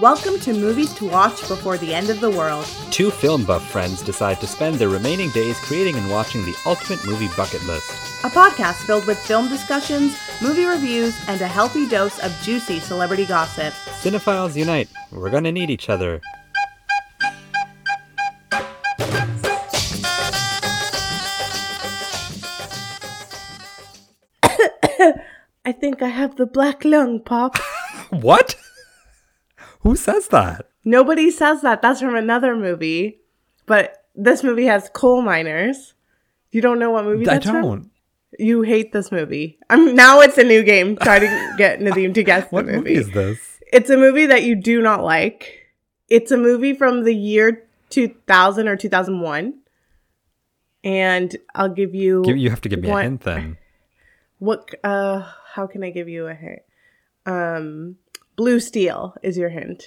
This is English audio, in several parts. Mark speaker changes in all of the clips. Speaker 1: Welcome to Movies to Watch Before the End of the World.
Speaker 2: Two film buff friends decide to spend their remaining days creating and watching the ultimate movie bucket list.
Speaker 1: A podcast filled with film discussions, movie reviews, and a healthy dose of juicy celebrity gossip.
Speaker 2: Cinephiles unite. We're gonna need each other.
Speaker 1: I think I have the black lung, Pop.
Speaker 2: What? Who says that?
Speaker 1: Nobody says that. That's from another movie. But this movie has coal miners. You don't know what movie
Speaker 2: I
Speaker 1: that's from?
Speaker 2: don't.
Speaker 1: You hate this movie. I'm now it's a new game. Try to get Nadim to guess
Speaker 2: What
Speaker 1: the
Speaker 2: movie is this?
Speaker 1: It's a movie that you do not like. It's a movie from the year 2000 or 2001. And I'll give you,
Speaker 2: You, you have to give me
Speaker 1: What?
Speaker 2: a hint then.
Speaker 1: what uh how can I give you a hint? Um Blue Steel is your hint.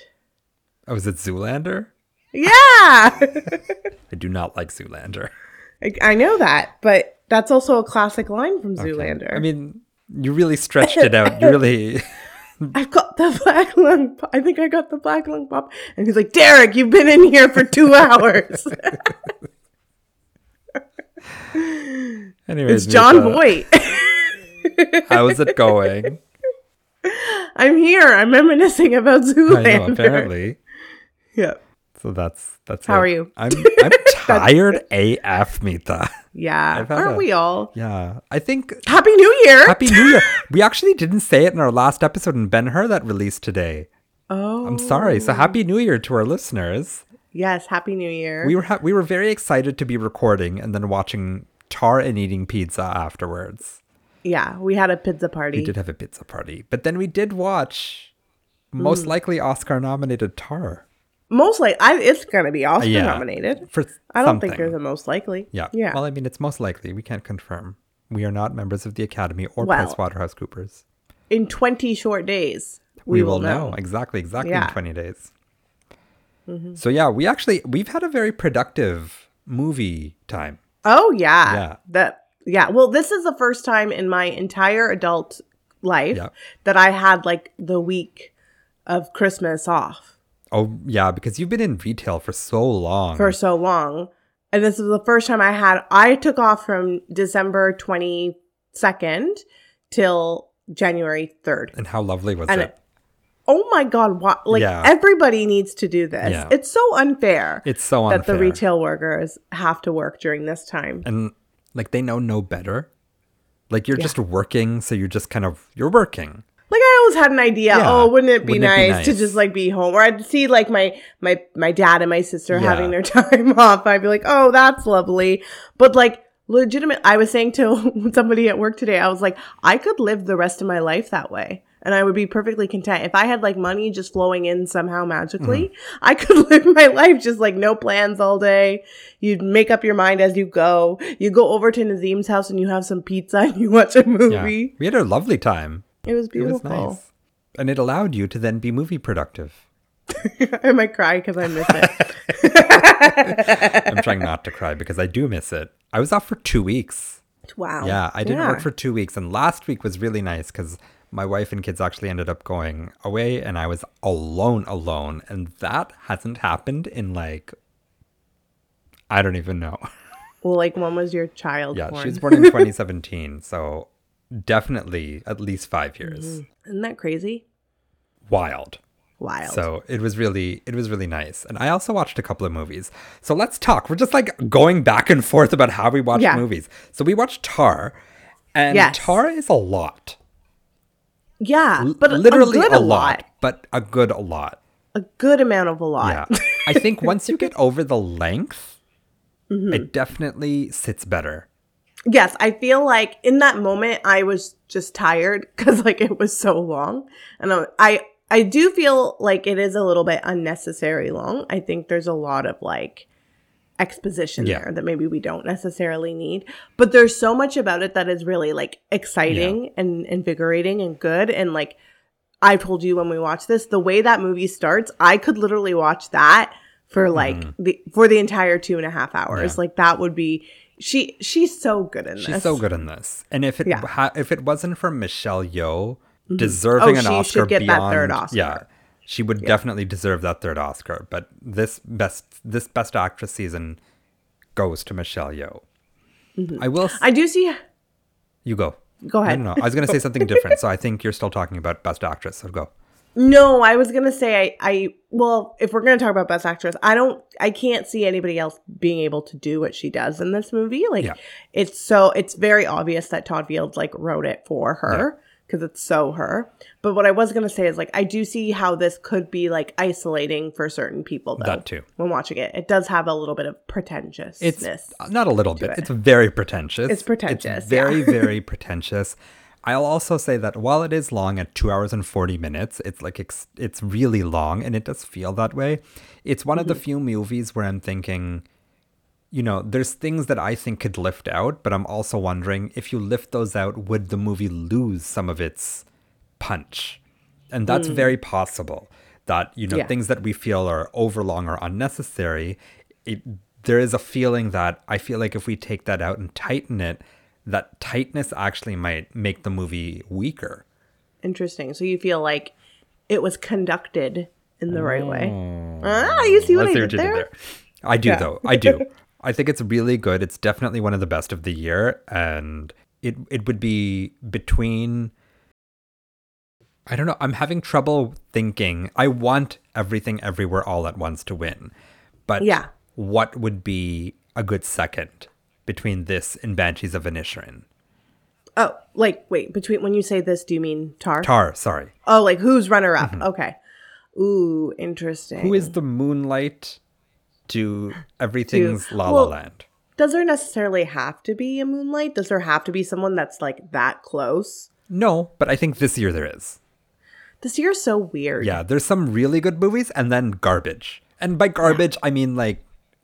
Speaker 2: Oh, is it Zoolander?
Speaker 1: Yeah.
Speaker 2: I do not like Zoolander.
Speaker 1: I, I know that, but that's also a classic line from Zoolander.
Speaker 2: I mean, you really stretched it out. You really.
Speaker 1: I've got the black lung. Pop. I think I got the black lung pop. And he's like, Derek, you've been in here for two hours.
Speaker 2: Anyways,
Speaker 1: it's John
Speaker 2: Misha,
Speaker 1: Voight.
Speaker 2: How is it going?
Speaker 1: I'm here. I'm reminiscing about
Speaker 2: I
Speaker 1: Zoolander.
Speaker 2: know, apparently.
Speaker 1: Yeah.
Speaker 2: So that's that's
Speaker 1: How
Speaker 2: it.
Speaker 1: are you?
Speaker 2: I'm I'm tired AF, Mita.
Speaker 1: Yeah.
Speaker 2: I've had
Speaker 1: Aren't
Speaker 2: a-
Speaker 1: we all?
Speaker 2: Yeah, I think
Speaker 1: Happy New Year.
Speaker 2: Happy New Year. We actually didn't say it in our last episode in Ben Hur that released today.
Speaker 1: oh.
Speaker 2: I'm sorry. So Happy New Year to our listeners.
Speaker 1: Yes. Happy New Year.
Speaker 2: We were ha- we were very excited to be recording and then watching Tar and eating pizza afterwards.
Speaker 1: yeah. We had a pizza party.
Speaker 2: We did have a pizza party, but then we did watch most likely Oscar nominated Tar.
Speaker 1: Most likely, I, it's going to be Oscar
Speaker 2: Yeah.
Speaker 1: nominated.
Speaker 2: For
Speaker 1: I don't think
Speaker 2: something.
Speaker 1: you're the most likely.
Speaker 2: Yeah.
Speaker 1: Yeah.
Speaker 2: Well, I mean, it's most likely. We can't confirm. We are not members of the Academy or
Speaker 1: Well,
Speaker 2: PricewaterhouseCoopers.
Speaker 1: in 20 short days, we, will know.
Speaker 2: exactly, exactly
Speaker 1: Yeah. Mm-hmm.
Speaker 2: in twenty days. So yeah, we actually we've had a very productive movie time.
Speaker 1: Oh yeah.
Speaker 2: Yeah.
Speaker 1: That yeah. Well, this is the first time in my entire adult life
Speaker 2: Yeah.
Speaker 1: that I had like the week of Christmas off
Speaker 2: Oh yeah, because you've been in retail for so long.
Speaker 1: for so long. And this is the first time I had I took off from December 22nd till January 3rd.
Speaker 2: and how lovely was
Speaker 1: And
Speaker 2: it?
Speaker 1: Oh my god, what like
Speaker 2: Yeah.
Speaker 1: everybody needs to do this.
Speaker 2: Yeah.
Speaker 1: It's so unfair
Speaker 2: It's so unfair.
Speaker 1: that the retail workers have to work during this time.
Speaker 2: and like they know no better. Like you're just working, so you're just kind of you're working.
Speaker 1: Like I always had an idea.
Speaker 2: Yeah.
Speaker 1: Oh, wouldn't it be,
Speaker 2: Wouldn't it be
Speaker 1: nice to
Speaker 2: nice?
Speaker 1: just like be home? Or I'd see like my my my dad and my sister
Speaker 2: Yeah.
Speaker 1: having their time off. I'd be like, oh, that's lovely. But like legitimate, I was saying to somebody at work today, I was like, I could live the rest of my life that way. And I would be perfectly content if I had like money just flowing in somehow magically.
Speaker 2: Mm-hmm.
Speaker 1: I could live my life just like no plans all day. You'd make up your mind as you go. You go over to Nazim's house and you have some pizza and you watch a
Speaker 2: Yeah.
Speaker 1: movie.
Speaker 2: We had a lovely time.
Speaker 1: It was beautiful.
Speaker 2: It was nice. And it allowed you to then be movie productive.
Speaker 1: I might cry because I miss it.
Speaker 2: I'm trying not to cry because I do miss it. I was off for two weeks.
Speaker 1: wow.
Speaker 2: Yeah, I didn't work
Speaker 1: Yeah.
Speaker 2: for two weeks, and last week was really nice because my wife and kids actually ended up going away, and I was alone, alone, and that hasn't happened in like I don't even know.
Speaker 1: Well, like when was your child
Speaker 2: Yeah,
Speaker 1: born?
Speaker 2: she was born in 2017, so definitely at least five years.
Speaker 1: Isn't that crazy?
Speaker 2: Wild.
Speaker 1: Wild.
Speaker 2: So it was really, it was really nice, and I also watched a couple of movies. So let's talk. We're just like going back and forth about how we watch
Speaker 1: Yeah.
Speaker 2: movies. So we watched Tar, and
Speaker 1: Yes.
Speaker 2: Tar is a lot.
Speaker 1: yeah,
Speaker 2: but
Speaker 1: but
Speaker 2: literally
Speaker 1: a, good
Speaker 2: a,
Speaker 1: a
Speaker 2: lot, but a good a lot.
Speaker 1: a good amount of a lot.
Speaker 2: Yeah. I think once you get over the length,
Speaker 1: Mm-hmm.
Speaker 2: it definitely sits better.
Speaker 1: Yes, I feel like in that moment I was just tired because like it was so long, and I, I I do feel like it is a little bit unnecessary long. I think there's a lot of like exposition
Speaker 2: Yeah.
Speaker 1: there that maybe we don't necessarily need, but there's so much about it that is really like exciting and invigorating and good and like I told you when we watched this, the way that movie starts, I could literally watch that for like the for the entire two and a half hours.
Speaker 2: Mm-hmm. Yeah.
Speaker 1: Like that would be she she's so good in this.
Speaker 2: She's so good in this. And if it
Speaker 1: Yeah.
Speaker 2: ha- if it wasn't for Michelle Yeoh deserving
Speaker 1: Oh,
Speaker 2: an
Speaker 1: she should
Speaker 2: Oscar
Speaker 1: get that
Speaker 2: beyond
Speaker 1: third Oscar.
Speaker 2: yeah, She would definitely deserve that third Oscar, but this best this best actress season goes to Michelle Yeoh. I will. s-
Speaker 1: Mm-hmm. I do see.
Speaker 2: you go.
Speaker 1: Go ahead.
Speaker 2: No, no, no. I was going to say something different, so I think you're still talking about best actress. So go.
Speaker 1: No, I was gonna say I, I well, if we're gonna talk about best actress, I don't I can't see anybody else being able to do what she does in this movie. Like
Speaker 2: Yeah.
Speaker 1: it's so it's very obvious that Todd Fields like wrote it for her because it's so her. But what I was gonna say is like I do see how this could be like isolating for certain people though.
Speaker 2: That too.
Speaker 1: When watching it, it does have a little bit of pretentiousness.
Speaker 2: It's not a little bit. It's very pretentious.
Speaker 1: It's pretentious, yeah.
Speaker 2: very, very pretentious. I'll also say that while it is long at two hours and forty minutes, it's like ex- it's really long, and it does feel that way. It's one of the
Speaker 1: Mm-hmm.
Speaker 2: few movies where I'm thinking, you know, there's things that I think could lift out, but I'm also wondering if you lift those out, would the movie lose some of its punch? And that's very possible that, you know,
Speaker 1: Yeah.
Speaker 2: things that we feel are overlong or unnecessary, it, there is a feeling that I feel like if we take that out and tighten it, that tightness actually might make the movie weaker.
Speaker 1: Interesting. So you feel like it was conducted in the right way. Ah, you see what I,
Speaker 2: Oh. Let's see what you
Speaker 1: did there?
Speaker 2: did there. I do
Speaker 1: Yeah.
Speaker 2: though. I do. I think it's really good. It's definitely one of the best of the year, and it it would be between. I don't know. I'm having trouble thinking. I want everything, everywhere, all at once to win, but
Speaker 1: Yeah.
Speaker 2: what would be a good second between this and Banshees of Inisherin?
Speaker 1: Oh, like wait, between when you say this, do you mean Tar?
Speaker 2: Tar, sorry.
Speaker 1: Oh, like who's runner up? Okay. Ooh, interesting.
Speaker 2: Who is the moonlight to everything's La La
Speaker 1: well,
Speaker 2: Land?
Speaker 1: Does there necessarily have to be a moonlight? Does there have to be someone that's like that close?
Speaker 2: No, but I think this year there is.
Speaker 1: This year's so weird.
Speaker 2: Yeah, there's some really good movies and then garbage. And by garbage, I mean like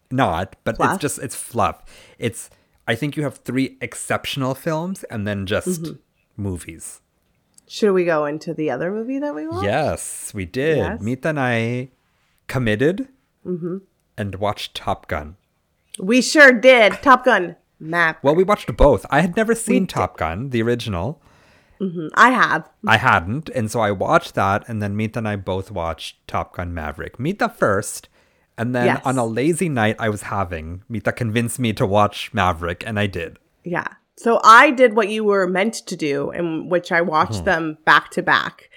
Speaker 2: not, but
Speaker 1: Fluff.
Speaker 2: it's just it's fluff. It's I think you have three exceptional films and then just
Speaker 1: Mm-hmm.
Speaker 2: movies.
Speaker 1: Should we go into the other movie that we watched?
Speaker 2: Yes, we did.
Speaker 1: Yes. Mm-hmm.
Speaker 2: Meet and I committed and watched Top Gun.
Speaker 1: We sure did. Top Gun map.
Speaker 2: Well, we watched both. I had never seen Top Gun, the original.
Speaker 1: I have.
Speaker 2: I hadn't, and so I watched that, and then Meet and I both watched Top Gun Maverick. Mita first, and then
Speaker 1: Yes.
Speaker 2: on a lazy night I was having, Mita convinced me to watch Maverick, and I did.
Speaker 1: Yeah. So I did what you were meant to do, in which I watched
Speaker 2: Hmm.
Speaker 1: them back to back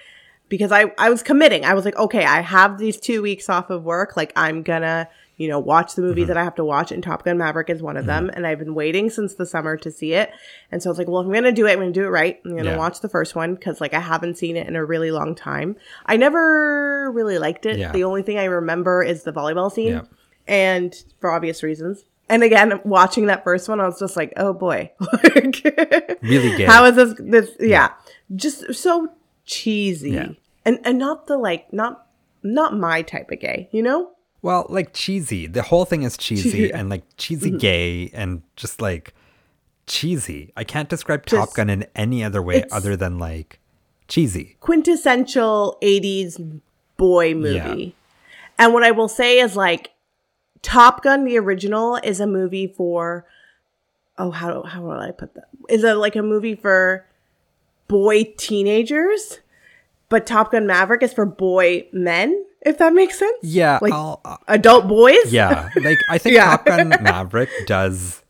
Speaker 1: because I, I was committing. I was like, okay, I have these two weeks off of work. Like, I'm going to, you know, watch the
Speaker 2: Mm-hmm.
Speaker 1: movie that I have to watch. And Top Gun Maverick is one of them. And I've been waiting since the summer to see it. And so I was like, well, if I'm going to do it. I'm going to do it right. I'm going to
Speaker 2: Yeah.
Speaker 1: watch the first one because, like, I haven't seen it in a really long time. I never really liked it.
Speaker 2: Yeah.
Speaker 1: The only thing I remember is the volleyball scene
Speaker 2: Yeah.
Speaker 1: and for obvious reasons. And again, watching that first one, I was just like, "Oh boy, Like,
Speaker 2: Really gay.
Speaker 1: How is this? This, yeah, just so cheesy,
Speaker 2: Yeah.
Speaker 1: and and not the like, not not my type of gay, you know?
Speaker 2: Well, like cheesy. The whole thing is cheesy and like cheesy
Speaker 1: Mm-hmm.
Speaker 2: gay and just like cheesy. I can't describe Top
Speaker 1: Just-
Speaker 2: Gun in any other way
Speaker 1: it's-
Speaker 2: other than like cheesy.
Speaker 1: Quintessential '80s boy movie." And what I will say is like, Top Gun, the original, is a movie for. Oh, how how will I put that? Is it like a movie for boy teenagers? But Top Gun Maverick is for boy men, if that makes sense.
Speaker 2: Yeah,
Speaker 1: like
Speaker 2: I'll- I-
Speaker 1: adult boys.
Speaker 2: Yeah, like I think
Speaker 1: uh, Yeah.
Speaker 2: Top Gun Maverick does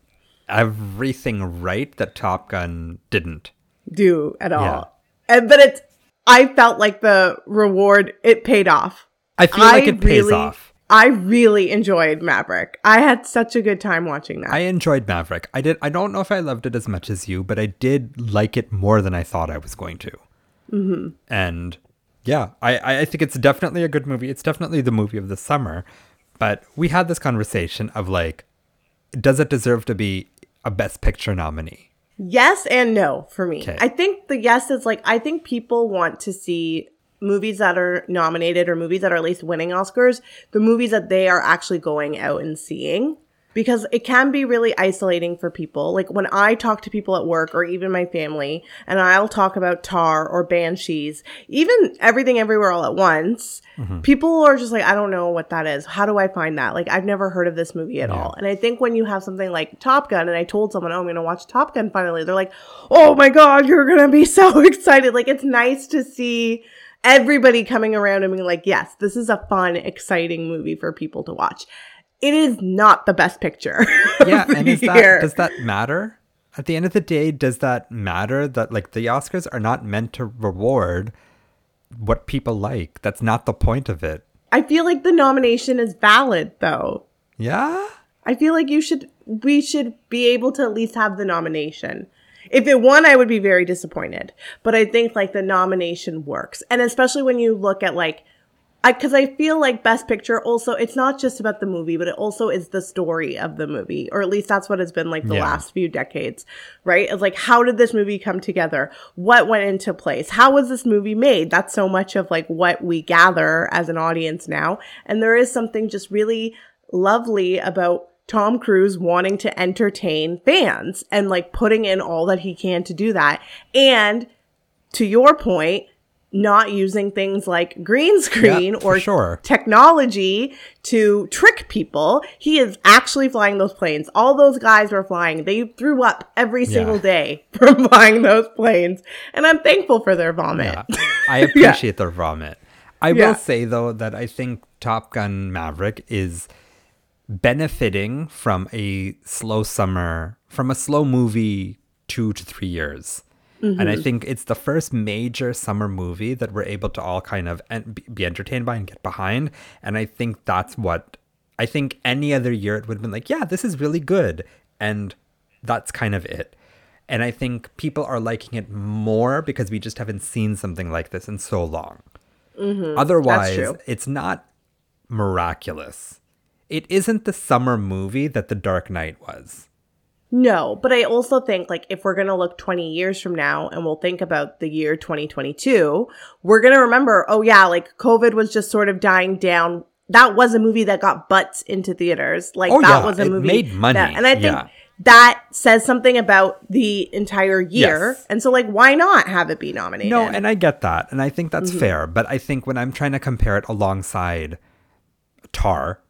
Speaker 2: everything right that Top Gun didn't.
Speaker 1: do at all.
Speaker 2: Yeah.
Speaker 1: And but it's I felt like the reward it paid off.
Speaker 2: I feel like it pays off.
Speaker 1: I really enjoyed Maverick. I had such a good time watching that.
Speaker 2: I enjoyed Maverick. I did. I don't know if I loved it as much as you, but I did like it more than I thought I was going to. Mm-hmm. And yeah, I- I I think it's definitely a good movie. It's definitely the movie of the summer. But we had this conversation of like, does it deserve to be a Best Picture nominee?
Speaker 1: yes and no for me.
Speaker 2: 'Kay.
Speaker 1: I think the yes is like I think people want to see movies that are nominated or movies that are at least winning Oscars, the movies that they are actually going out and seeing. Because it can be really isolating for people. Like when I talk to people at work or even my family, and I'll talk about Tar or Banshees, even Everything Everywhere All at Once,
Speaker 2: Mm-hmm.
Speaker 1: people are just like, I don't know what that is. How do I find that? Like, I've never heard of this movie at all. And I think when you have something like Top Gun, and I told someone, oh, I'm going to watch Top Gun finally, they're like, oh my God, you're going to be so excited. Like, it's nice to see everybody coming around and being like, yes, this is a fun, exciting movie for people to watch. It is not the best picture. of
Speaker 2: yeah,
Speaker 1: the
Speaker 2: and is
Speaker 1: year.
Speaker 2: that does that matter? At the end of the day, does that matter that like the Oscars are not meant to reward what people like? That's not the point of it.
Speaker 1: I feel like the nomination is valid though.
Speaker 2: Yeah?
Speaker 1: I feel like you should we should be able to at least have the nomination. If it won, I would be very disappointed. But I think like the nomination works. And especially when you look at like I cuz I feel like best picture also it's not just about the movie, but it also is the story of the movie. Or at least that's what it's been like the
Speaker 2: Yeah.
Speaker 1: last few decades, right? It's like how did this movie come together? What went into place? How was this movie made? That's so much of like what we gather as an audience now. And there is something just really lovely about Tom Cruise wanting to entertain fans and like putting in all that he can to do that. And to your point, not using things like green screen
Speaker 2: Yeah, for
Speaker 1: or
Speaker 2: sure.
Speaker 1: technology to trick people. He is actually flying those planes. All those guys were flying. They threw up every single day from flying those planes. And I'm thankful for their vomit.
Speaker 2: Yeah. I appreciate their vomit. I
Speaker 1: Yeah.
Speaker 2: will say though that I think Top Gun Maverick is benefiting from a slow summer, from a slow movie two to three years. And I think it's the first major summer movie that we're able to all kind of en- be- be entertained by and get behind. And I think that's what I think any other year it would have been like, yeah, this is really good. And that's kind of it. And I think people are liking it more because we just haven't seen something like this in so long. Otherwise,
Speaker 1: true.
Speaker 2: it's not miraculous. It isn't the summer movie that The Dark Knight was.
Speaker 1: No, but I also think like if we're going to look 20 years from now and we'll think about the year 2022, we're going to remember, oh yeah, like COVID was just sort of dying down. That was a movie that got butts into theaters. Like
Speaker 2: Oh,
Speaker 1: that
Speaker 2: yeah,
Speaker 1: was a
Speaker 2: it
Speaker 1: movie
Speaker 2: made money,
Speaker 1: that- and I think
Speaker 2: yeah.
Speaker 1: that says something about the entire year.
Speaker 2: Yes.
Speaker 1: And so like why not have it be nominated?
Speaker 2: No, and I get that. And I think that's fair. But I think when I'm trying to compare it alongside Tar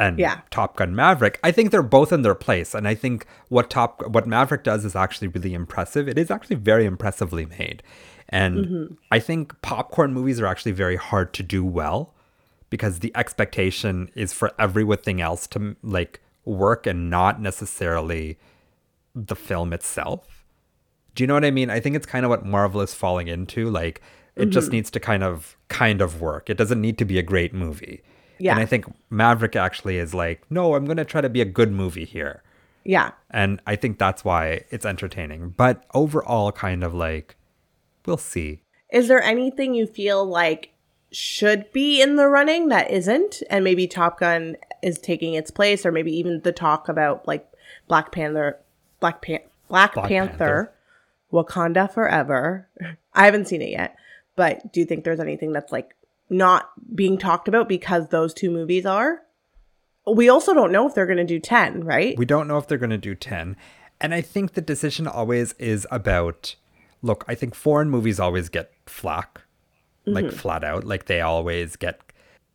Speaker 2: and
Speaker 1: Yeah.
Speaker 2: Top Gun Maverick, I think they're both in their place. And I think what Top what Maverick does is actually really impressive. It is actually very impressively made. And I think popcorn movies are actually very hard to do well because the expectation is for everything else to like work and not necessarily the film itself. Do you know what I mean? I think it's kind of what Marvel is falling into. Like it just needs to kind of kind of work. It doesn't need to be a great movie.
Speaker 1: Yeah.
Speaker 2: And I think Maverick actually is like, no, I'm gonna try to be a good movie here.
Speaker 1: yeah.
Speaker 2: And I think that's why it's entertaining. But overall kind of like we'll see.
Speaker 1: Is there anything you feel like should be in the running that isn't? And maybe Top Gun is taking its place, or maybe even the talk about like Black Panther, Black, Pan- Black,
Speaker 2: Black
Speaker 1: Panther, Wakanda Forever. I haven't seen it yet, but do you think there's anything that's like not being talked about because those two movies are? We also don't know if they're going to do 10, right?
Speaker 2: We don't know if they're going to do 10. And I think the decision always is about look, I think foreign movies always get flack, like flat out. Like they always get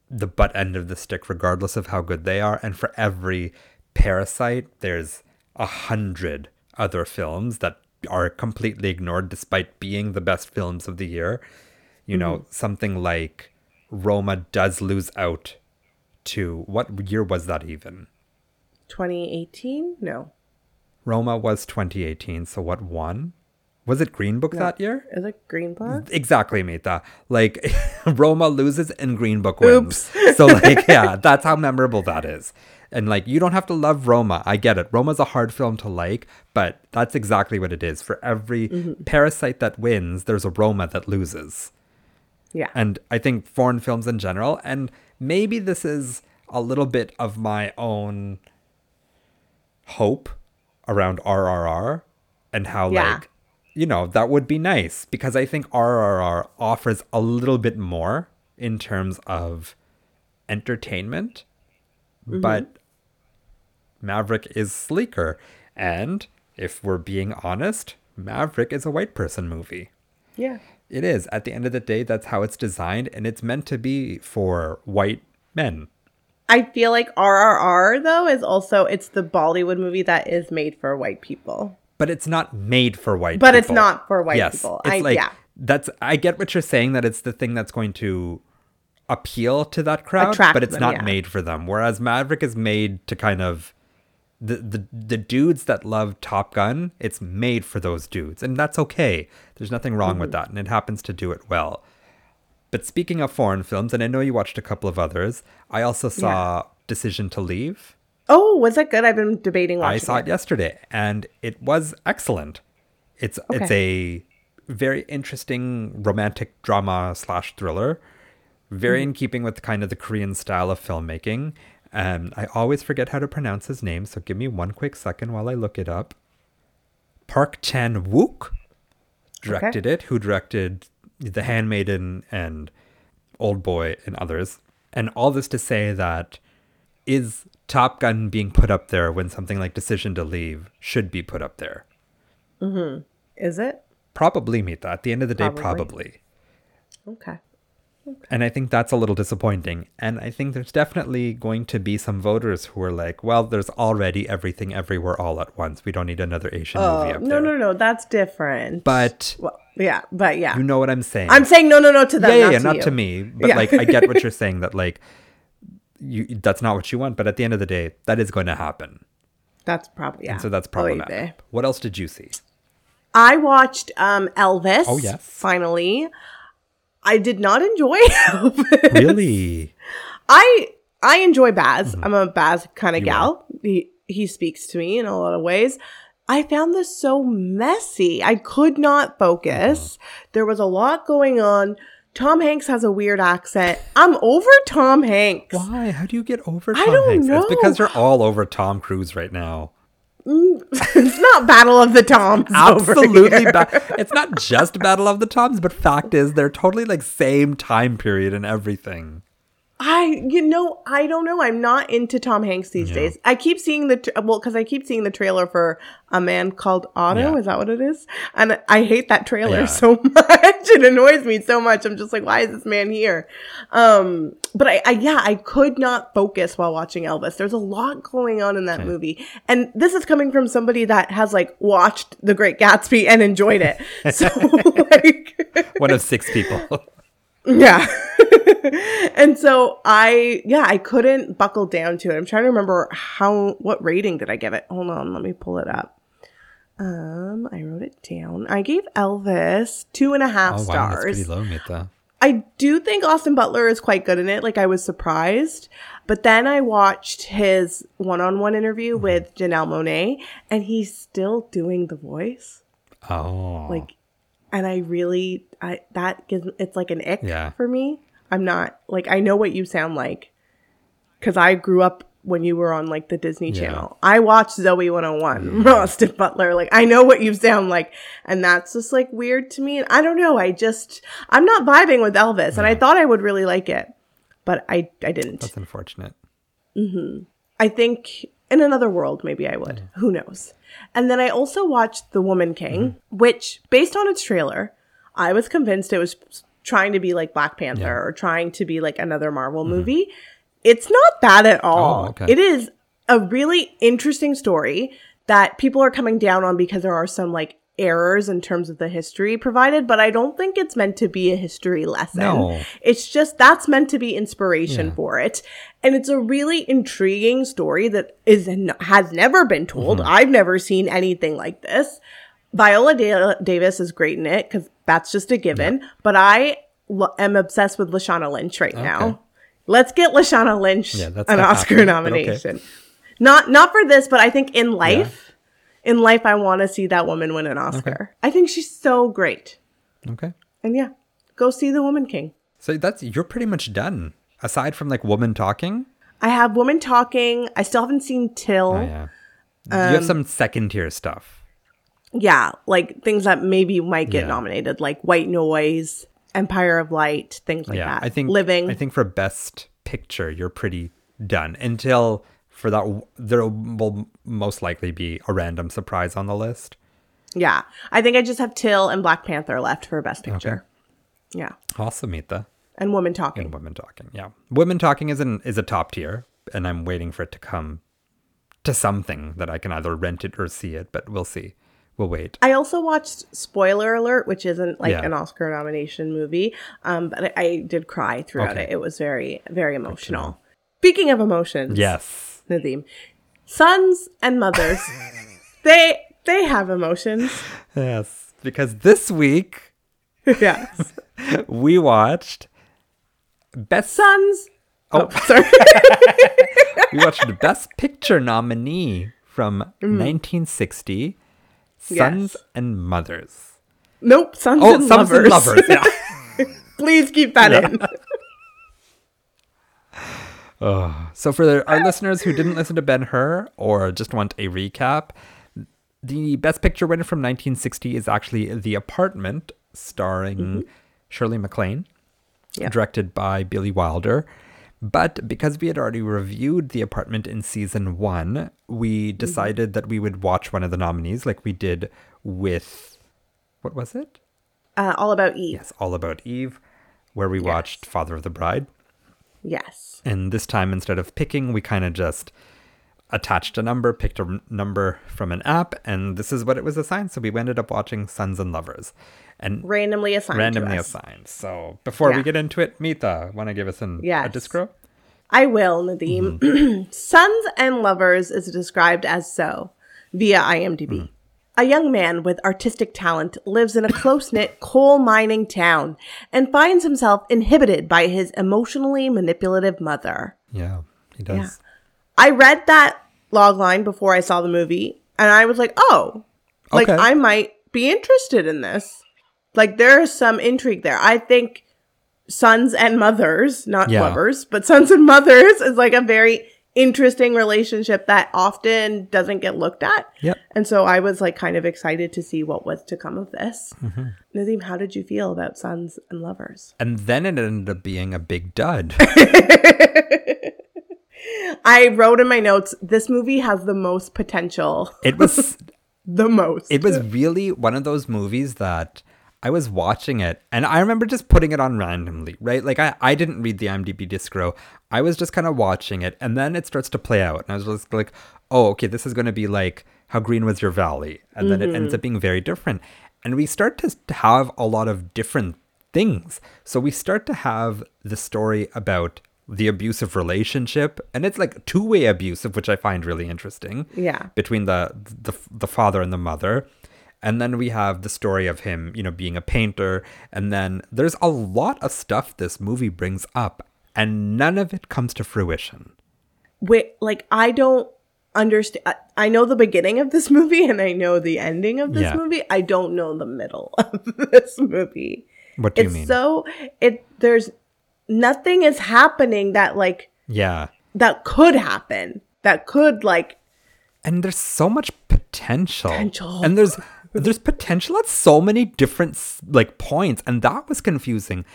Speaker 2: the butt end of the stick, regardless of how good they are. And for every parasite, there's a hundred other films that are completely ignored despite being the best films of the year. You know, something like Roma does lose out to what year was that even?
Speaker 1: 2018? No.
Speaker 2: Roma was 2018, so what won? Was it Green Book that year?
Speaker 1: Is it Green Book?
Speaker 2: Exactly, Mita. Like Roma loses and Green Book wins. So like yeah, that's how memorable that is. And like you don't have to love Roma. I get it. Roma's a hard film to like, but that's exactly what it is. For every parasite that wins, there's a Roma that loses
Speaker 1: Yeah.
Speaker 2: and I think foreign films in general. And maybe this is a little bit of my own hope around RRR and how,
Speaker 1: Yeah.
Speaker 2: like, you know, that would be nice because I think RRR offers a little bit more in terms of entertainment,
Speaker 1: Mm-hmm.
Speaker 2: but Maverick is sleeker. And if we're being honest, Maverick is a white person movie.
Speaker 1: yeah.
Speaker 2: It is. At the end of the day, that's how it's designed, and it's meant to be for white men.
Speaker 1: I feel like RRR though is also it's the Bollywood movie that is made for white people.
Speaker 2: But it's not made for white
Speaker 1: But
Speaker 2: people.
Speaker 1: it's not for white
Speaker 2: yes,
Speaker 1: people.
Speaker 2: It's
Speaker 1: I-
Speaker 2: like
Speaker 1: yeah.
Speaker 2: that's I get what you're saying that it's the thing that's going to appeal to that crowd,
Speaker 1: Attract
Speaker 2: but it's
Speaker 1: them,
Speaker 2: not
Speaker 1: yeah.
Speaker 2: made for them. Whereas Maverick is made to kind of the, the the dudes that love Top Gun, it's made for those dudes, and that's okay. There's nothing wrong
Speaker 1: Mm-hmm.
Speaker 2: with that, and it happens to do it well. But speaking of foreign films, and I know you watched a couple of others, I also saw Decision to Leave.
Speaker 1: Oh, was that good? I've been debating watching.
Speaker 2: I saw it yesterday, and it was excellent. It's it's a very interesting romantic drama slash thriller, very in keeping with kind of the Korean style of filmmaking. Um, I always forget how to pronounce his name, so give me one quick second while I look it up. Park Chan Wook directed it, who directed The Handmaiden and Old Boy and others. And all this to say that is Top Gun being put up there when something like Decision to Leave should be put up there?
Speaker 1: Is it
Speaker 2: Probably Mita. At the end of the day,
Speaker 1: Probably.
Speaker 2: probably.
Speaker 1: okay?
Speaker 2: And I think that's a little disappointing. And I think there's definitely going to be some voters who are like, well, there's already everything everywhere all at once. We don't need another Asian movie up
Speaker 1: Oh, No,
Speaker 2: there.
Speaker 1: no, no. That's different.
Speaker 2: But
Speaker 1: well, yeah, but yeah,
Speaker 2: you know what I'm saying.
Speaker 1: I'm saying no, no, no to them.
Speaker 2: yeah, yeah,
Speaker 1: not,
Speaker 2: yeah,
Speaker 1: to,
Speaker 2: not
Speaker 1: you.
Speaker 2: to me. But
Speaker 1: Yeah.
Speaker 2: like I get what you're saying that like you that's not what you want, but at the end of the day, that is going to happen.
Speaker 1: That's probably yeah.
Speaker 2: So that's
Speaker 1: Oy
Speaker 2: problematic.
Speaker 1: vey.
Speaker 2: What else did you see?
Speaker 1: I watched um Elvis.
Speaker 2: Oh, yes.
Speaker 1: finally. I did not enjoy Elvis.
Speaker 2: Really?
Speaker 1: I I enjoy Baz. I'm a Baz kind of
Speaker 2: You
Speaker 1: gal. He he speaks to me in a lot of ways. I found this so messy. I could not focus. There was a lot going on. Tom Hanks has a weird accent. I'm over Tom Hanks.
Speaker 2: Why? How do you get over Tom
Speaker 1: I don't
Speaker 2: Hanks? It's
Speaker 1: know.
Speaker 2: because you're all over Tom Cruise right now.
Speaker 1: it's not Battle of the Toms. Over
Speaker 2: Absolutely.
Speaker 1: here.
Speaker 2: Ba- it's not just Battle of the Toms, but fact is they're totally like same time period and everything.
Speaker 1: I, you know, I don't know. I'm not into Tom Hanks these days. I keep seeing the, tra- well, because I keep seeing the trailer for A Man Called Otto.
Speaker 2: Yeah.
Speaker 1: Is that what it is? And I hate that trailer
Speaker 2: Yeah.
Speaker 1: so much. it annoys me so much. I'm just like, why is this man here? Um, but I, I, yeah, I could not focus while watching Elvis. There's a lot going on in that movie. And this is coming from somebody that has like watched The Great Gatsby and enjoyed it. So, like,
Speaker 2: One of six people. Oh,
Speaker 1: yeah. and so I, yeah, I couldn't buckle down to it. I'm trying to remember how, what rating did I give it? Hold on, let me pull it up. Um, I wrote it down. I gave Elvis two and a half
Speaker 2: oh wow, that's pretty
Speaker 1: stars.
Speaker 2: low, Mita.
Speaker 1: I do think Austin Butler is quite good in it. Like I was surprised, but then I watched his one-on-one interview
Speaker 2: Mm-hmm.
Speaker 1: with Janelle Monet, and he's still doing the voice
Speaker 2: Oh.
Speaker 1: like and i really i that gives it's like an ick
Speaker 2: Yeah.
Speaker 1: for me i'm not like i know what you sound like because i grew up when you were on like the disney
Speaker 2: Yeah.
Speaker 1: channel i watched zoe 101 austin butler like i know what you sound like and that's just like weird to me and i don't know i just i'm not vibing with elvis and i thought i would really like it but i i didn't
Speaker 2: that's unfortunate.
Speaker 1: I think in another world, maybe I would. Who knows? And then I also watched The Woman King,
Speaker 2: Mm-hmm.
Speaker 1: which, based on its trailer, I was convinced it was trying to be like Black Panther or trying to be like another Marvel movie. It's not bad at all.
Speaker 2: Mm-hmm. Oh, okay.
Speaker 1: It is a really interesting story that people are coming down on because there are some like errors in terms of the history provided, but I don't think it's meant to be a history lesson.
Speaker 2: No.
Speaker 1: It's just that's meant to be inspiration
Speaker 2: Yeah.
Speaker 1: for it. And it's a really intriguing story that is n- has never been told.
Speaker 2: Mm-hmm.
Speaker 1: I've never seen anything like this. Viola da- Davis is great in it cuz that's just a given, but I lo- am obsessed with Lashana Lynch right
Speaker 2: Okay.
Speaker 1: now. Let's get Lashana Lynch
Speaker 2: Yeah, that's
Speaker 1: an
Speaker 2: not
Speaker 1: Oscar
Speaker 2: happening, but okay.
Speaker 1: nomination. Not not for this, but I think in life, in life I want to see that woman win an Oscar. I think she's so great.
Speaker 2: Okay.
Speaker 1: And yeah, go see The Woman King.
Speaker 2: So that's you're pretty much done. Aside from like woman talking,
Speaker 1: I have women talking. I still haven't seen Till. yeah.
Speaker 2: yeah, you
Speaker 1: Um,
Speaker 2: have some second tier stuff.
Speaker 1: like things that maybe might get
Speaker 2: Yeah.
Speaker 1: nominated, like White Noise, Empire of Light, things like
Speaker 2: Yeah,
Speaker 1: that.
Speaker 2: I think
Speaker 1: Living.
Speaker 2: I think for best picture, you're pretty done until for that w- there will most likely be a random surprise on the list.
Speaker 1: yeah, I think I just have Till and Black Panther left for Best Picture. Yeah,
Speaker 2: Awesome, Mita.
Speaker 1: and women talking.
Speaker 2: and women talking. Yeah, women talking is an is a top tier, and I'm waiting for it to come to something that I can either rent it or see it, but we'll see. We'll wait.
Speaker 1: I also watched Spoiler Alert, which isn't like
Speaker 2: Yeah.
Speaker 1: an Oscar nomination movie, um, but I, I did cry throughout
Speaker 2: Okay.
Speaker 1: it. It was very, very emotional. Speaking of emotions,
Speaker 2: Yes.
Speaker 1: Nadim, sons and mothers, they they have emotions.
Speaker 2: Yes. Because this week
Speaker 1: yes,
Speaker 2: we watched Best
Speaker 1: sons.
Speaker 2: Oh.
Speaker 1: Oh, sorry.
Speaker 2: we watched the Best Picture nominee from 1960, Sons
Speaker 1: Mm. Yes.
Speaker 2: and Mothers.
Speaker 1: nope, sons
Speaker 2: Oh,
Speaker 1: and
Speaker 2: Sons
Speaker 1: lovers.
Speaker 2: and Lovers. Yeah.
Speaker 1: Please keep that
Speaker 2: Yeah.
Speaker 1: in.
Speaker 2: So for the- our listeners who didn't listen to Ben Hur or just want a recap, the Best Picture winner from 1960 is actually The Apartment, starring Shirley MacLaine,
Speaker 1: Yeah.
Speaker 2: directed by Billy Wilder. But because we had already reviewed The Apartment in season one, we decided that we would watch one of the nominees, like we did with what was it?
Speaker 1: Uh, all about Eve.
Speaker 2: Yes, All About Eve, where we watched Father of the Bride.
Speaker 1: Yes.
Speaker 2: And this time, instead of picking, we kind of just attached a number, picked a r- number from an app, and this is what it was assigned. So we ended up watching Sons and Lovers and
Speaker 1: Randomly assigned.
Speaker 2: randomly
Speaker 1: to us.
Speaker 2: assigned. So before we
Speaker 1: Yeah.
Speaker 2: get into it, Mita, want to give us an, a
Speaker 1: Yes.
Speaker 2: discro?
Speaker 1: I will, Nadim.
Speaker 2: Mm-hmm.
Speaker 1: Sons and Lovers is described as so via IMDb.
Speaker 2: Mm.
Speaker 1: A young man with artistic talent lives in a close knit coal mining town and finds himself inhibited by his emotionally manipulative mother.
Speaker 2: Yeah, he does.
Speaker 1: I read that log line before I saw the movie and I was like, oh, like
Speaker 2: Okay.
Speaker 1: I might be interested in this. Like there's some intrigue there. I think sons and mothers, not
Speaker 2: Yeah.
Speaker 1: lovers, but sons and mothers is like a very interesting relationship that often doesn't get looked at.
Speaker 2: Yep.
Speaker 1: And so I was like kind of excited to see what was to come of this.
Speaker 2: Mm-hmm.
Speaker 1: Nazim, how did you feel about sons and lovers?
Speaker 2: And then it ended up being a big dud.
Speaker 1: I wrote in my notes, this movie has the most potential.
Speaker 2: it was
Speaker 1: The most.
Speaker 2: It was really one of those movies that I was watching it and I remember just putting it on randomly, right? Like I, I didn't read the IMDb discro. I was just kind of watching it and then it starts to play out. And I was just like, oh, okay, this is going to be like How Green Was Your Valley. And then it ends up being very different. And we start to have a lot of different things. So we start to have the story about the abusive relationship and it's like two-way abusive which i find really interesting
Speaker 1: Yeah.
Speaker 2: between the, the the father and the mother and then we have the story of him you know being a painter and then there's a lot of stuff this movie brings up and none of it comes to fruition
Speaker 1: Wait, like I don't understand. I, I know the beginning of this movie and I know the ending of this
Speaker 2: Yeah.
Speaker 1: movie. I don't know the middle of this movie.
Speaker 2: what do you mean
Speaker 1: It's so it there's nothing is happening that like
Speaker 2: yeah
Speaker 1: that could happen that could like
Speaker 2: and there's so much potential.
Speaker 1: Potential.
Speaker 2: and there's there's potential at so many different s- like points and that was confusing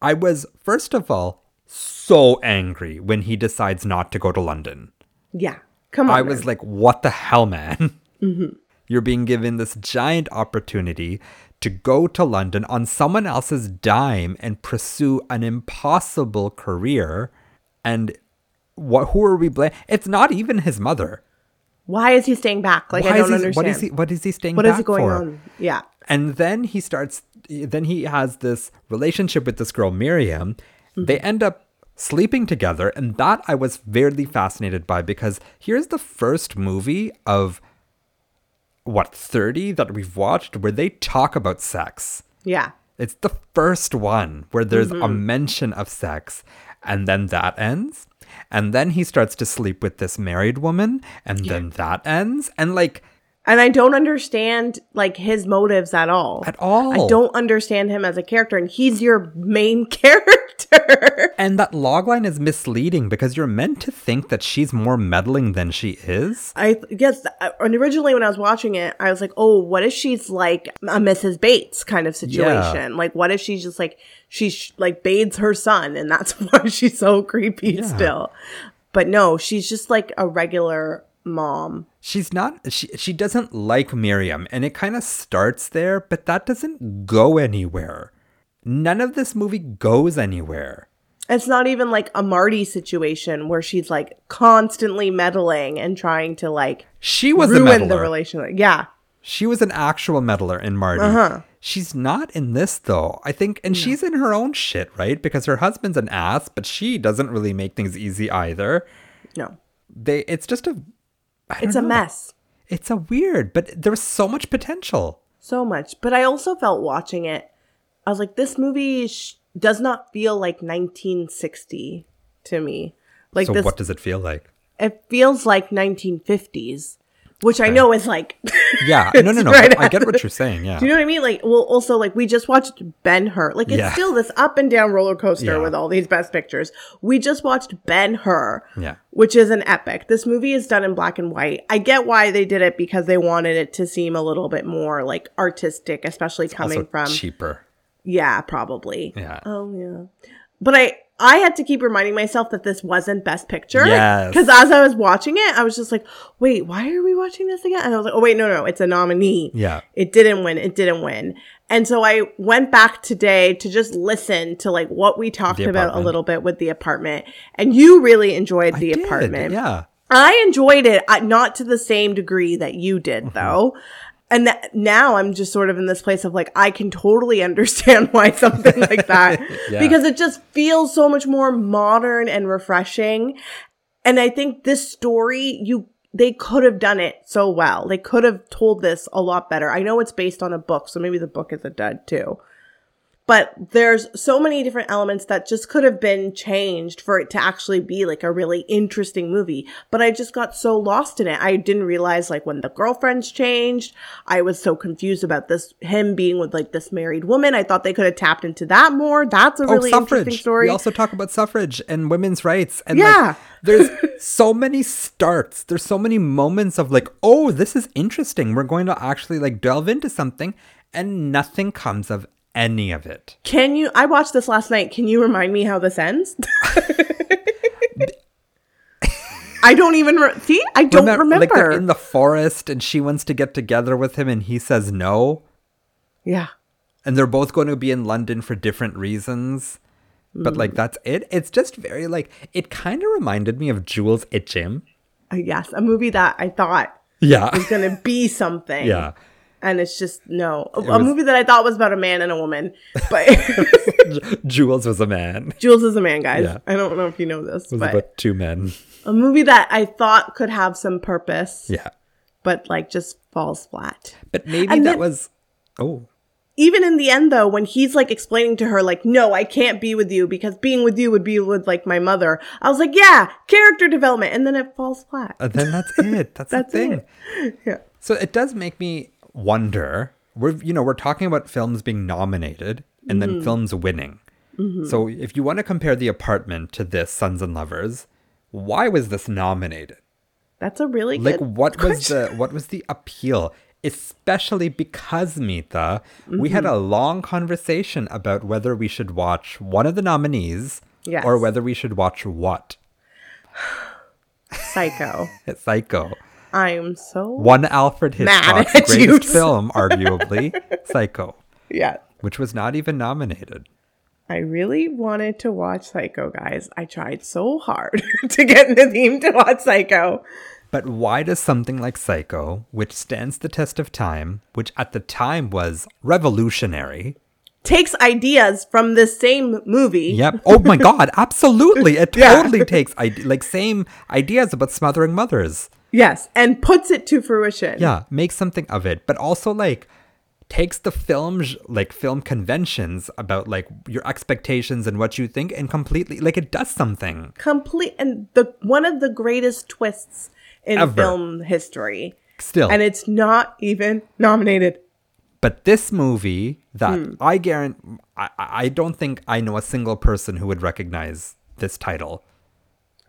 Speaker 2: i was first of all so angry when he decides not to go to london
Speaker 1: yeah come on
Speaker 2: I was like, what the hell, man?
Speaker 1: Mm-hmm.
Speaker 2: You're being given this giant opportunity to go to London on someone else's dime and pursue an impossible career. And what, who are we blaming? It's not even his mother.
Speaker 1: why is he staying back like I
Speaker 2: Why
Speaker 1: don't
Speaker 2: is he,
Speaker 1: understand
Speaker 2: what is he? What is he staying
Speaker 1: what
Speaker 2: back
Speaker 1: is it going
Speaker 2: for?
Speaker 1: on yeah
Speaker 2: And then he starts, then he has this relationship with this girl, Miriam. They
Speaker 1: Mm-hmm.
Speaker 2: end up sleeping together. And that I was very fascinated by because here's the first movie of what, 30 that we've watched where they talk about sex.
Speaker 1: yeah
Speaker 2: It's the first one where there's a
Speaker 1: Mm-hmm.
Speaker 2: mention of sex, and then that ends. And then he starts to sleep with this married woman, and then that ends. And like,
Speaker 1: and I don't understand like his motives at all
Speaker 2: At all.
Speaker 1: I don't understand him as a character and he's your main character
Speaker 2: And that logline is misleading because you're meant to think that she's more meddling than she is.
Speaker 1: I th- guess uh, and originally when I was watching it, I was like, "Oh, what if she's like a Mrs. Bates kind of situation? Like, what if she's just like she sh- like bathes her son, and that's why she's so creepy still?" But no, she's just like a regular mom.
Speaker 2: She's not she she doesn't like Miriam and it kind of starts there, but that doesn't go anywhere. None of this movie goes anywhere.
Speaker 1: It's not even like a Marty situation where she's like constantly meddling and trying to like
Speaker 2: She was a
Speaker 1: ruin the
Speaker 2: meddler.
Speaker 1: relationship. Yeah,
Speaker 2: She was an actual meddler in Marty.
Speaker 1: Uh-huh.
Speaker 2: She's not in this though. I think, and she's in her own shit, right? Because her husband's an ass, but she doesn't really make things easy either.
Speaker 1: No,
Speaker 2: They, it's just a, I
Speaker 1: it's a
Speaker 2: don't know.
Speaker 1: mess.
Speaker 2: It's a weird, but there was so much potential.
Speaker 1: So much. But I also felt watching it, I was like, this movie sh- does not feel like 1960 to me. Like
Speaker 2: so
Speaker 1: this,
Speaker 2: what does it feel like?
Speaker 1: it feels like 1950s, which I know is like.
Speaker 2: Yeah, no, no, no.
Speaker 1: right
Speaker 2: I
Speaker 1: at
Speaker 2: get what you're saying. Yeah,
Speaker 1: Do you know what I mean? Like, well, also, like, we just watched Ben Hur. Like, it's
Speaker 2: Yeah.
Speaker 1: still this up and down roller coaster
Speaker 2: Yeah.
Speaker 1: with all these best pictures. We just watched Ben Hur,
Speaker 2: Yeah.
Speaker 1: which is an epic. This movie is done in black and white. I get why they did it because they wanted it to seem a little bit more like artistic, especially coming
Speaker 2: also
Speaker 1: from
Speaker 2: cheaper.
Speaker 1: yeah, probably.
Speaker 2: Yeah.
Speaker 1: Oh yeah. But I I had to keep reminding myself that this wasn't Best Picture.
Speaker 2: Yes.
Speaker 1: Because as I was watching it, I was just like, wait, why are we watching this again? And I was like, oh wait, no, no, it's a nominee.
Speaker 2: Yeah.
Speaker 1: It didn't win. It didn't win. And so I went back today to just listen to like what we talked
Speaker 2: The
Speaker 1: about a
Speaker 2: Apartment.
Speaker 1: little bit with the apartment. And you really enjoyed the
Speaker 2: I did,
Speaker 1: apartment.
Speaker 2: Yeah. Oh,
Speaker 1: I enjoyed it, uh, not to the same degree that you did, though. And th- now I'm just sort of in this place of like, I can totally understand why something like that,
Speaker 2: Yeah.
Speaker 1: because it just feels so much more modern and refreshing. And I think this story, you, they could have done it so well. They could have told this a lot better. I know it's based on a book, so maybe the book is a dud too. But there's so many different elements that just could have been changed for it to actually be like a really interesting movie. But I just got so lost in it. I didn't realize like when the girlfriends changed, I was so confused about this, him being with like this married woman. I thought they could have tapped into that more. That's a really
Speaker 2: oh,
Speaker 1: interesting
Speaker 2: suffrage.
Speaker 1: story.
Speaker 2: We also talk about suffrage and women's rights. And
Speaker 1: Yeah.
Speaker 2: like, there's so many starts. There's so many moments of like, oh, this is interesting. We're going to actually like delve into something, and nothing comes of any of it.
Speaker 1: Can you, I watched this last night. Can you remind me how this ends? I don't even re- see. I don't remember.
Speaker 2: Like they're in the forest, and she wants to get together with him, and he says no.
Speaker 1: yeah.
Speaker 2: and they're both going to be in London for different reasons. But
Speaker 1: Hmm.
Speaker 2: like that's it. It's just very like it kind of reminded me of Jules Itchim.
Speaker 1: Uh, yes. A movie that I thought
Speaker 2: Yeah.
Speaker 1: was going to be something.
Speaker 2: Yeah.
Speaker 1: And it's just, no. A, a
Speaker 2: was-
Speaker 1: movie that I thought was about a man and a woman. But
Speaker 2: J- Jules was a man.
Speaker 1: Jules is a man, guys.
Speaker 2: Yeah.
Speaker 1: I don't know if you know this,
Speaker 2: It was
Speaker 1: but
Speaker 2: about two men.
Speaker 1: a movie that I thought could have some purpose,
Speaker 2: Yeah.
Speaker 1: but like just falls flat.
Speaker 2: But maybe
Speaker 1: And
Speaker 2: that
Speaker 1: then-
Speaker 2: was oh.
Speaker 1: even in the end though when he's like explaining to her like no i can't be with you because being with you would be with like my mother i was like yeah character development and then it falls flat
Speaker 2: And uh, then that's it. That's,
Speaker 1: That's
Speaker 2: the thing.
Speaker 1: it. yeah
Speaker 2: So it does make me wonder. We're you know we're talking about films being nominated and
Speaker 1: Hmm.
Speaker 2: then films winning.
Speaker 1: Mm-hmm.
Speaker 2: So if you want to compare The Apartment to this Sons and Lovers, why was this nominated?
Speaker 1: that's a really
Speaker 2: like
Speaker 1: good
Speaker 2: what was the what was the appeal especially because Mita we had
Speaker 1: Mm-hmm.
Speaker 2: a long conversation about whether we should watch one of the nominees
Speaker 1: Yes.
Speaker 2: or whether we should watch what
Speaker 1: psycho
Speaker 2: Psycho
Speaker 1: i'm so
Speaker 2: one Alfred
Speaker 1: Mad
Speaker 2: Hitchcock's
Speaker 1: at
Speaker 2: greatest
Speaker 1: you.
Speaker 2: film arguably Psycho
Speaker 1: yeah
Speaker 2: which was not even nominated
Speaker 1: i really wanted to watch psycho guys i tried so hard to get nadeem to watch psycho
Speaker 2: But why does something like Psycho, which stands the test of time, which at the time was revolutionary,
Speaker 1: takes ideas from this same movie
Speaker 2: Yep. Oh my God. Absolutely. It
Speaker 1: Yeah.
Speaker 2: totally takes ide- like same ideas about smothering mothers.
Speaker 1: yes and puts it to fruition
Speaker 2: Yeah. Make something of it, but also like takes the film j- like film conventions about like your expectations and what you think and completely like it does something.
Speaker 1: complete and the one of the greatest twists in
Speaker 2: Ever.
Speaker 1: film history
Speaker 2: Still.
Speaker 1: and it's not even nominated
Speaker 2: But this movie that
Speaker 1: Hmm.
Speaker 2: I guarantee, I, I don't think I know a single person who would recognize this title.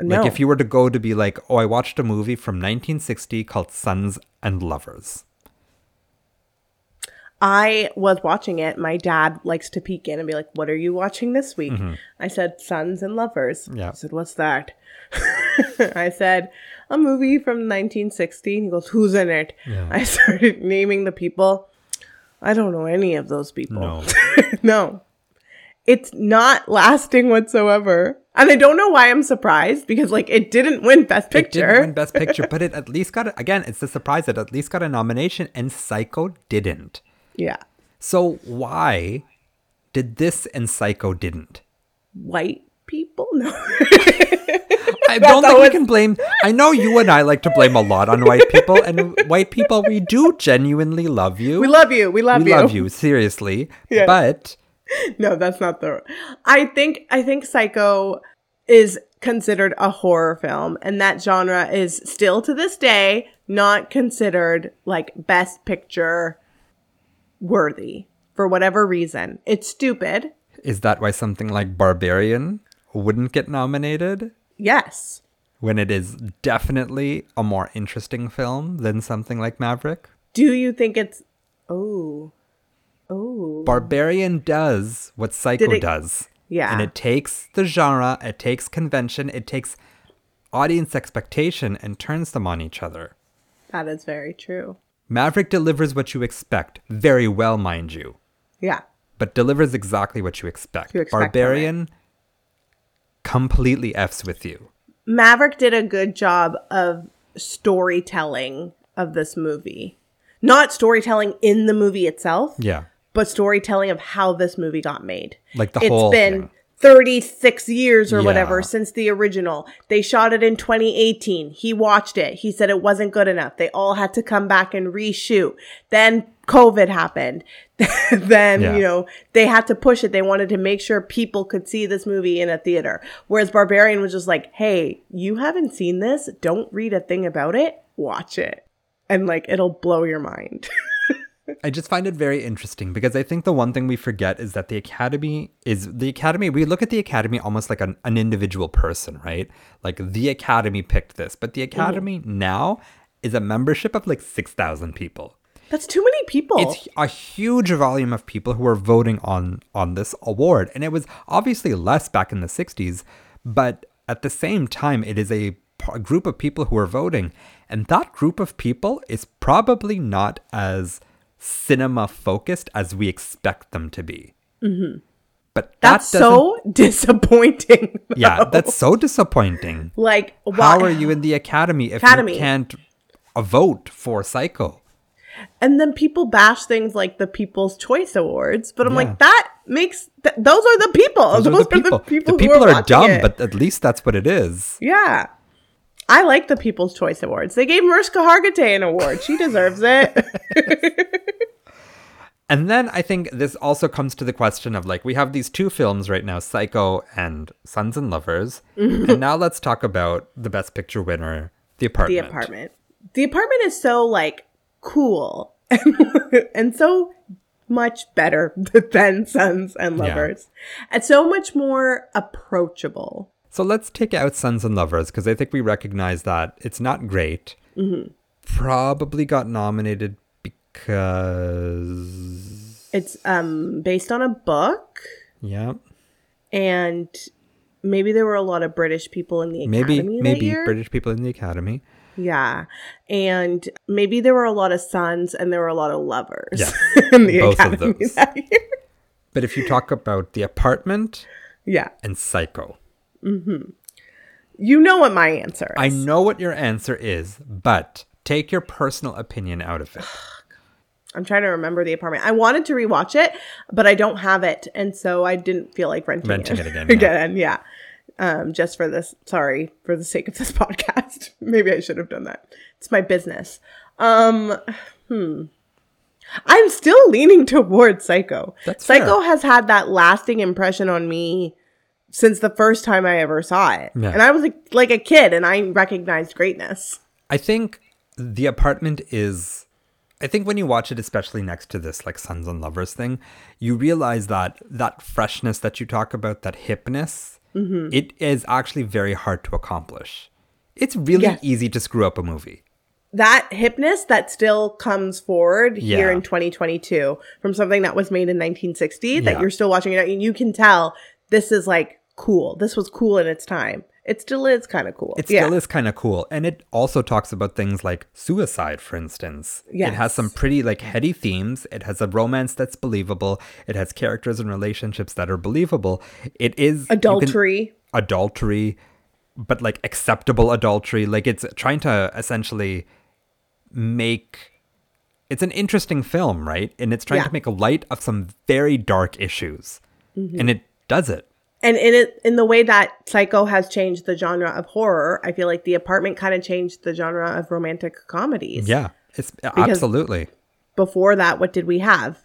Speaker 1: no
Speaker 2: Like if you were to go to be like, oh, I watched a movie from 1960 called Sons and Lovers.
Speaker 1: i was watching it my dad likes to peek in and be like what are you watching this week i said sons and lovers
Speaker 2: Mm-hmm. Yeah.
Speaker 1: i said what's that i said a movie from 1960 he goes who's in it i started naming the people i don't know any of those people
Speaker 2: No.
Speaker 1: no it's not lasting whatsoever And I don't know why I'm surprised because like it didn't win Best Picture.
Speaker 2: It didn't win Best Picture, but it at least got a, again. It's a surprise. It at least got a nomination, and Psycho didn't.
Speaker 1: yeah.
Speaker 2: So why did this and Psycho didn't?
Speaker 1: White people? No.
Speaker 2: I don't think we
Speaker 1: always-
Speaker 2: can blame. I know you and I like to blame a lot on white people, and white people, we do genuinely love you.
Speaker 1: we love you. We love
Speaker 2: We
Speaker 1: you.
Speaker 2: love you, seriously.
Speaker 1: Yeah.
Speaker 2: But
Speaker 1: No, that's not the I think I think Psycho is considered a horror film and that genre is still to this day not considered like best picture worthy for whatever reason. It's stupid.
Speaker 2: is that why something like Barbarian wouldn't get nominated?
Speaker 1: Yes.
Speaker 2: When it is definitely a more interesting film than something like Maverick?
Speaker 1: Do you think it's Oh. Oh.
Speaker 2: Barbarian does what Psycho
Speaker 1: Did it-
Speaker 2: does.
Speaker 1: Yeah.
Speaker 2: And it takes the genre, it takes convention, it takes audience expectation and turns them on each other.
Speaker 1: That is very true.
Speaker 2: Maverick delivers what you expect very well, mind you,
Speaker 1: Yeah.
Speaker 2: but delivers exactly what you expect.
Speaker 1: You expect from it.
Speaker 2: Barbarian completely F's with you.
Speaker 1: Maverick did a good job of storytelling of this movie. Not storytelling in the movie itself,
Speaker 2: Yeah.
Speaker 1: but storytelling of how this movie got made.
Speaker 2: Like the
Speaker 1: It's
Speaker 2: whole
Speaker 1: been
Speaker 2: thing.
Speaker 1: 36 years or whatever
Speaker 2: Yeah.
Speaker 1: since the original. They shot it in 2018. He watched it. He said it wasn't good enough. They all had to come back and reshoot. Then COVID happened. then,
Speaker 2: Yeah.
Speaker 1: you know, they had to push it. They wanted to make sure people could see this movie in a theater. Whereas Barbarian was just like, hey, you haven't seen this. Don't read a thing about it. Watch it. And like, it'll blow your mind.
Speaker 2: I just find it very interesting because I think the one thing we forget is that the Academy is the Academy. We look at the Academy almost like an, an individual person, right? Like the Academy picked this, but the Academy now is a membership of like 6,000 people.
Speaker 1: That's too many people.
Speaker 2: It's a huge volume of people who are voting on on this award, and it was obviously less back in the '60s, but at the same time, it is a, p- a group of people who are voting, and that group of people is probably not as cinema focused as we expect them to be. But that
Speaker 1: Mm-hmm. That's
Speaker 2: doesn't-
Speaker 1: so disappointing. though.
Speaker 2: yeah, that's so disappointing.
Speaker 1: like
Speaker 2: How
Speaker 1: why
Speaker 2: are you in the academy if
Speaker 1: Academy.
Speaker 2: you can't uh, vote for Psycho?
Speaker 1: And then people bash things like the People's Choice Awards, but I'm
Speaker 2: Yeah.
Speaker 1: like that makes th- those are the people. Those,
Speaker 2: Those are the people.
Speaker 1: who
Speaker 2: people are
Speaker 1: watching
Speaker 2: dumb,
Speaker 1: it.
Speaker 2: but at least that's what it is.
Speaker 1: yeah. I like the People's Choice Awards. They gave Mariska Hargitay an award. She deserves it.
Speaker 2: And then I think this also comes to the question of like, we have these two films right now, Psycho and Sons and Lovers.
Speaker 1: Mm-hmm.
Speaker 2: and now let's talk about the Best Picture winner, The
Speaker 1: the
Speaker 2: Apartment.
Speaker 1: apartment. The apartment is so like cool and so much better than Sons and
Speaker 2: Yeah.
Speaker 1: Lovers, and so much more approachable.
Speaker 2: So let's take out Sons and Lovers because I think we recognize that it's not great.
Speaker 1: Mm-hmm.
Speaker 2: Probably got nominated because,
Speaker 1: It's um based on a book,
Speaker 2: yeah,
Speaker 1: and maybe there were a lot of British people in the
Speaker 2: maybe,
Speaker 1: academy that
Speaker 2: maybe
Speaker 1: year.
Speaker 2: British people in the Academy.
Speaker 1: yeah, and maybe there were a lot of sons and there were a lot of lovers
Speaker 2: Yeah.
Speaker 1: in the
Speaker 2: Both of
Speaker 1: academy
Speaker 2: those.
Speaker 1: that year.
Speaker 2: But if you talk about The Apartment
Speaker 1: Yeah,
Speaker 2: and Psycho,
Speaker 1: you know what my answer is.
Speaker 2: I know what your answer is, but take your personal opinion out of it.
Speaker 1: I'm trying to remember the apartment. I wanted to rewatch it, but I don't have it, and so I didn't feel like renting,
Speaker 2: Renting it again, yeah.
Speaker 1: again, yeah. Um, just for this, sorry, for the sake of this podcast. Maybe I should have done that. It's my business. Um, hmm. I'm still leaning towards Psycho.
Speaker 2: That's
Speaker 1: Psycho
Speaker 2: fair.
Speaker 1: has had that lasting impression on me since the first time I ever saw it,
Speaker 2: Yeah.
Speaker 1: and I was like, like a kid, and I recognized greatness.
Speaker 2: I think the apartment is. I think when you watch it, especially next to this like sons and lovers thing, you realize that that freshness that you talk about, that hipness, it is actually very hard to accomplish. It's really
Speaker 1: Yes.
Speaker 2: easy to screw up a movie.
Speaker 1: that hipness that still comes forward here
Speaker 2: Yeah.
Speaker 1: in 2022 from something that was made in 1960
Speaker 2: Yeah.
Speaker 1: that you're still watching it out and you can tell this is like cool this was cool in its time It still is kind of cool.
Speaker 2: It
Speaker 1: yeah.
Speaker 2: still is kind of cool. And it also talks about things like suicide, for instance. It has some
Speaker 1: Yes.
Speaker 2: pretty like heady themes. It has a romance that's believable. It has characters and relationships that are believable. It is you can-
Speaker 1: adultery.
Speaker 2: adultery, but like acceptable adultery. Like it's trying to essentially make it's an interesting film, right? And it's trying
Speaker 1: Yeah.
Speaker 2: to make a light of some very dark issues.
Speaker 1: Mm-hmm.
Speaker 2: And it does it.
Speaker 1: And in it, in the way that Psycho has changed the genre of horror, I feel like The Apartment kind of changed the genre of romantic comedies.
Speaker 2: Yeah. It's absolutely.
Speaker 1: Before that, what did we have?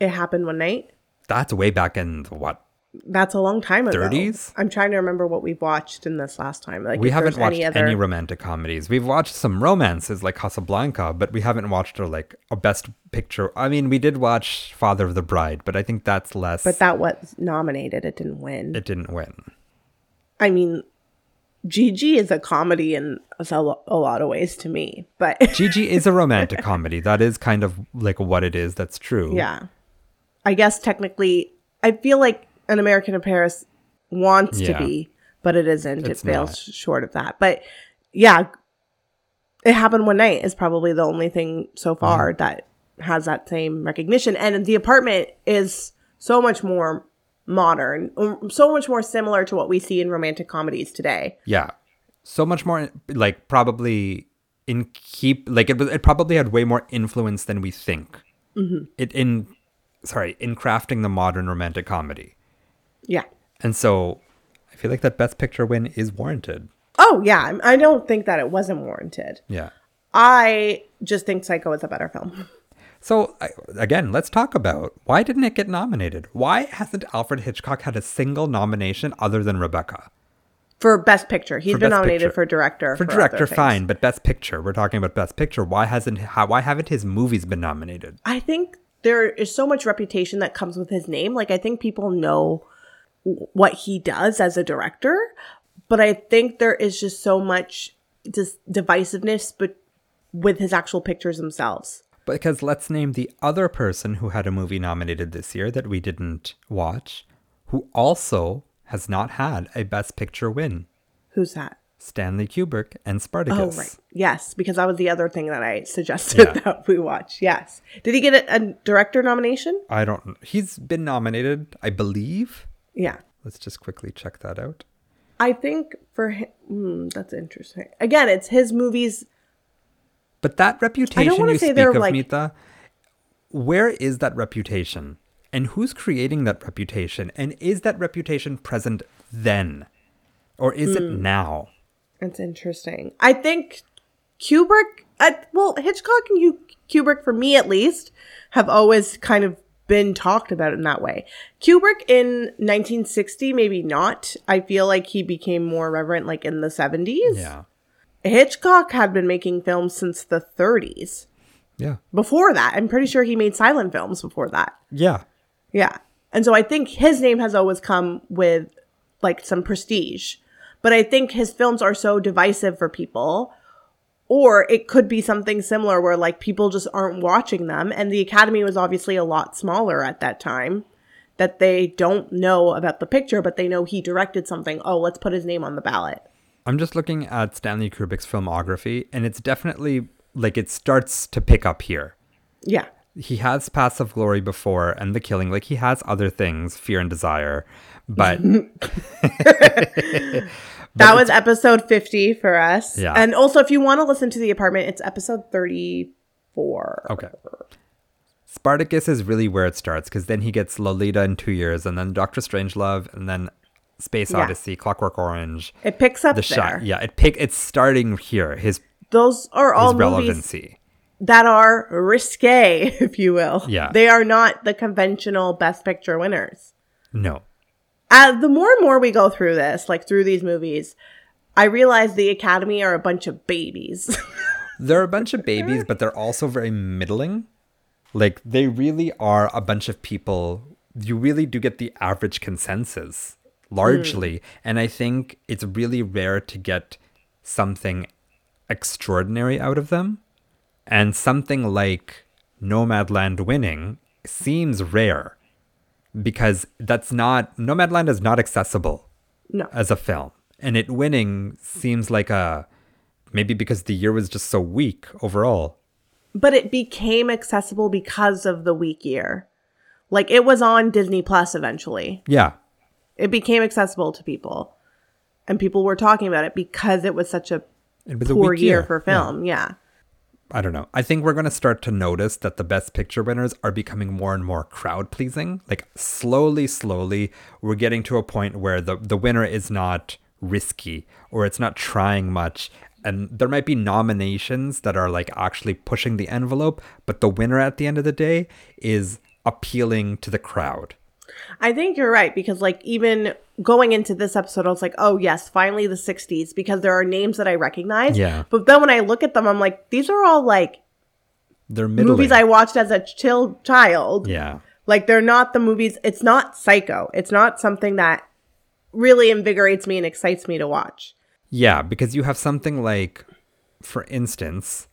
Speaker 1: It happened one night.
Speaker 2: That's way back in the, what?
Speaker 1: That's a long time ago.
Speaker 2: 30s?
Speaker 1: I'm trying to remember what we watched in this last time. Like
Speaker 2: We
Speaker 1: if
Speaker 2: haven't
Speaker 1: there's
Speaker 2: watched any,
Speaker 1: other-
Speaker 2: romantic comedies. We've watched some romances like Casablanca, but we haven't watched a like a best picture. I mean, we did watch Father of the Bride, but I think that's less
Speaker 1: but that was nominated. It didn't win.
Speaker 2: it didn't win.
Speaker 1: I mean, Gigi is a comedy in a lo- a lot of ways to me, but
Speaker 2: Gigi is a romantic comedy. That is kind of like what it is. That's true.
Speaker 1: yeah, I guess technically, I feel like An American in Paris wants
Speaker 2: Yeah.
Speaker 1: to be, but it isn't.
Speaker 2: It's
Speaker 1: it fails
Speaker 2: not.
Speaker 1: short of that. But yeah, it happened one night is probably the only thing so
Speaker 2: Mm-hmm.
Speaker 1: far that has that same recognition. And the apartment is so much more modern, um, so much more similar to what we see in romantic comedies today.
Speaker 2: Yeah. So much more like probably in keep like it was it probably had way more influence than we think.
Speaker 1: Mm-hmm.
Speaker 2: It in sorry, in crafting the modern romantic comedy.
Speaker 1: Yeah.
Speaker 2: And so I feel like that best picture win is warranted.
Speaker 1: Oh yeah, I'm- I don't think that it wasn't warranted.
Speaker 2: Yeah.
Speaker 1: I just think Psycho is a better film.
Speaker 2: So I- again, let's talk about why didn't it get nominated? Why hasn't Alfred Hitchcock had a single nomination other than Rebecca?
Speaker 1: For Best Picture. He's
Speaker 2: For
Speaker 1: been
Speaker 2: Best
Speaker 1: nominated
Speaker 2: Picture.
Speaker 1: for director.
Speaker 2: For
Speaker 1: other
Speaker 2: director,
Speaker 1: things.
Speaker 2: fine, but best picture. We're talking about best picture. Why hasn't how, why haven't his movies been nominated?
Speaker 1: I think there is so much reputation that comes with his name. Like I think people know w- what he does as a director, but I think there is just so much dis- divisiveness but with his actual pictures themselves.
Speaker 2: Because let's name the other person who had a movie nominated this year that we didn't watch, who also has not had a best picture win.
Speaker 1: Who's that?
Speaker 2: Stanley Kubrick and
Speaker 1: Oh
Speaker 2: Spartacus.
Speaker 1: right. Yes, because that was the other thing that I suggested
Speaker 2: Yeah.
Speaker 1: that we watch. Yes. Did he get a, a director nomination?
Speaker 2: I don't he's been nominated, I believe.
Speaker 1: Yeah.
Speaker 2: Let's just quickly check that out.
Speaker 1: I think for him, mm, that's interesting. Again, it's his movies.
Speaker 2: But that reputation
Speaker 1: wanna
Speaker 2: you
Speaker 1: say
Speaker 2: speak
Speaker 1: they're
Speaker 2: of,
Speaker 1: like-
Speaker 2: Mita, where is that reputation? And who's creating that reputation? And is that reputation present then? Or is it
Speaker 1: Hmm.
Speaker 2: now?
Speaker 1: That's interesting. I think Kubrick, uh, well, Hitchcock and you, Kubrick, for me at least, have always kind of been talked about in that way. Kubrick in 1960, maybe not. I feel like he became more reverent like in the 70s.
Speaker 2: Yeah.
Speaker 1: Hitchcock had been making films since the 30s.
Speaker 2: Yeah.
Speaker 1: Before that, I'm pretty sure he made silent films before that.
Speaker 2: Yeah.
Speaker 1: Yeah. And so I think his name has always come with like some prestige. But I think his films are so divisive for people. Or it could be something similar where like people just aren't watching them. And the Academy was obviously a lot smaller at that time that they don't know about the picture, but they know he directed something. Oh, let's put his name on the ballot.
Speaker 2: I'm just looking at Stanley Kubrick's filmography, and it's definitely like it starts to pick up here.
Speaker 1: Yeah.
Speaker 2: He has Paths of Glory before and The Killing. Like he has other things, Fear and Desire. But
Speaker 1: That was episode 50 for us.
Speaker 2: Yeah.
Speaker 1: And also, if you want to listen to The Apartment, it's episode 34.
Speaker 2: okay. Spartacus is really where it starts because then he gets Lolita in two years, and then Doctor Strangelove, and then Space
Speaker 1: Yeah.
Speaker 2: Odyssey, Clockwork Orange,
Speaker 1: It picks up
Speaker 2: The
Speaker 1: there.
Speaker 2: Shot. Yeah, it pick. It's starting here. His
Speaker 1: those are all
Speaker 2: his
Speaker 1: Oh, movies
Speaker 2: relevancy.
Speaker 1: that are risque, if you will.
Speaker 2: Yeah.
Speaker 1: They are not the conventional best picture winners.
Speaker 2: No.
Speaker 1: Uh, the more and more we go through this, like through these movies, I realize the Academy are a bunch of babies.
Speaker 2: They're a bunch of babies, but they're also very middling. Like they really are a bunch of people. You really do get the average consensus largely, and I think it's really rare to get something extraordinary out of them. And something like Nomadland winning seems rare because that's not Nomadland is not accessible
Speaker 1: no.
Speaker 2: as a film. and it winning seems like a maybe because the year was just so weak overall.
Speaker 1: But it became accessible because of the weak year. Like it was on Disney Plus eventually.
Speaker 2: Yeah.
Speaker 1: It became accessible to people. And people were talking about it because it was such a
Speaker 2: It was a
Speaker 1: poor
Speaker 2: weak
Speaker 1: year,
Speaker 2: year
Speaker 1: for
Speaker 2: Yeah.
Speaker 1: film. Yeah.
Speaker 2: I don't know. I think we're going to start to notice that the best picture winners are becoming more and more crowd pleasing. Like slowly, slowly, we're getting to a point where the, the winner is not risky or it's not trying much. And there might be nominations that are like actually pushing the envelope, but the winner at the end of the day is appealing to the crowd.
Speaker 1: I think you're right because like even going into this episode, I was like, oh yes, finally the '60s because there are names that I recognize.
Speaker 2: Yeah.
Speaker 1: But then when I look at them, I'm like, these are all like
Speaker 2: They're middling.
Speaker 1: movies I watched as a chill child.
Speaker 2: yeah.
Speaker 1: Like they're not the movies. It's not Psycho. It's not something that really invigorates me and excites me to watch.
Speaker 2: Yeah, because you have something like, for instance,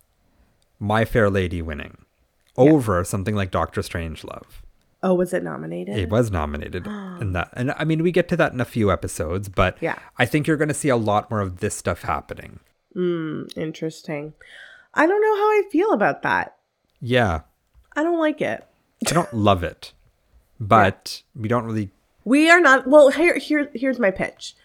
Speaker 2: My Fair Lady winning over something like Doctor Strangelove.
Speaker 1: Oh, was it nominated?
Speaker 2: It was nominated in that. And I mean, we get to that in a few episodes, but
Speaker 1: Yeah.
Speaker 2: I think you're going to see a lot more of this stuff happening.
Speaker 1: Interesting. I don't know how I feel about that.
Speaker 2: Yeah.
Speaker 1: I don't like it.
Speaker 2: I don't love it, but we don't really.
Speaker 1: We are not. Well, here, here, here's my pitch.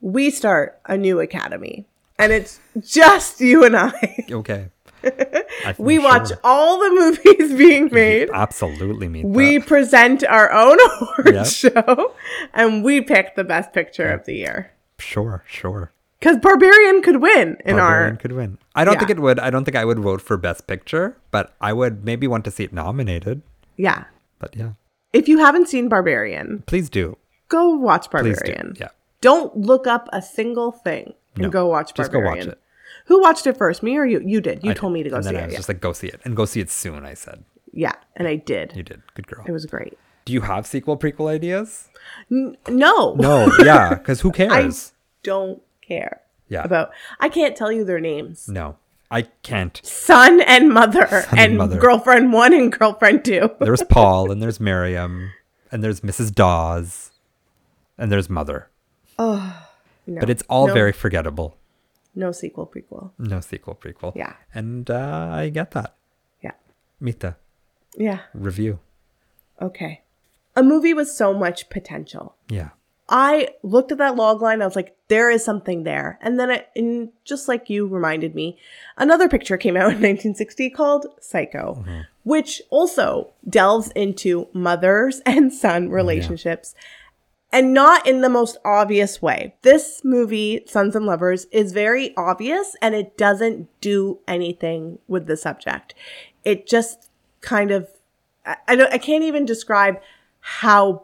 Speaker 1: We start a new academy, and it's just you and I.
Speaker 2: Okay. I
Speaker 1: We
Speaker 2: think,
Speaker 1: watch
Speaker 2: sure.
Speaker 1: all the movies being made.
Speaker 2: Absolutely mean
Speaker 1: We
Speaker 2: that.
Speaker 1: present our own award
Speaker 2: Yep.
Speaker 1: show, and we pick the best picture of the year.
Speaker 2: Sure, sure.
Speaker 1: Because Barbarian could win in
Speaker 2: Barbarian
Speaker 1: our.
Speaker 2: could win. I don't
Speaker 1: Yeah.
Speaker 2: think it would. I don't think I would vote for Best Picture, but I would maybe want to see it nominated.
Speaker 1: Yeah.
Speaker 2: But yeah,
Speaker 1: If you haven't seen Barbarian,
Speaker 2: please do.
Speaker 1: go watch
Speaker 2: Please
Speaker 1: Barbarian.
Speaker 2: do. Yeah.
Speaker 1: Don't look up a single thing and
Speaker 2: No.
Speaker 1: go watch
Speaker 2: Just go watch
Speaker 1: Barbarian.
Speaker 2: it.
Speaker 1: Who watched it first, me or you? You did. You
Speaker 2: I
Speaker 1: told
Speaker 2: did.
Speaker 1: me to go
Speaker 2: and
Speaker 1: see
Speaker 2: then I
Speaker 1: it.
Speaker 2: was
Speaker 1: Yeah.
Speaker 2: just like, go see it and go see it soon. I said,
Speaker 1: yeah, and I did.
Speaker 2: you did. Good girl.
Speaker 1: It was great.
Speaker 2: do you have sequel prequel ideas?
Speaker 1: N- no,
Speaker 2: No. yeah. Because who
Speaker 1: I
Speaker 2: cares?
Speaker 1: don't care.
Speaker 2: Yeah.
Speaker 1: About I can't tell you their names.
Speaker 2: no, I can't.
Speaker 1: Son and mother and,
Speaker 2: and mother.
Speaker 1: girlfriend one and girlfriend two.
Speaker 2: There's Paul and there's Miriam and there's Mrs. Dawes and there's Mother.
Speaker 1: No,
Speaker 2: But it's all
Speaker 1: no-
Speaker 2: very forgettable.
Speaker 1: no sequel prequel.
Speaker 2: No sequel prequel.
Speaker 1: Yeah.
Speaker 2: And uh, I get that.
Speaker 1: Yeah.
Speaker 2: Mita,
Speaker 1: Yeah.
Speaker 2: review.
Speaker 1: Okay. A movie with so much potential.
Speaker 2: Yeah.
Speaker 1: I looked at that log line. I was like, there is something there. And then, it, and just like you reminded me, another picture came out in 1960 called Psycho, which also delves into mothers and son relationships and not in the most obvious way. This movie, Sons and Lovers, is very obvious and it doesn't do anything with the subject. It just kind of, I, I, don't, I can't even describe how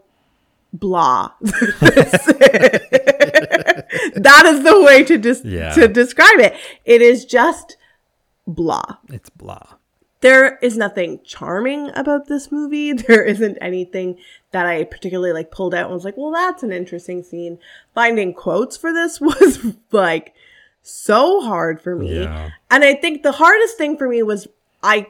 Speaker 1: blah that is the way to dis-
Speaker 2: Yeah.
Speaker 1: to describe it. It is just blah.
Speaker 2: It's blah.
Speaker 1: There is nothing charming about this movie. There isn't anything that I particularly like pulled out and was like, "Well, that's an interesting scene." Finding quotes for this was like so hard for me.
Speaker 2: Yeah.
Speaker 1: And I think the hardest thing for me was I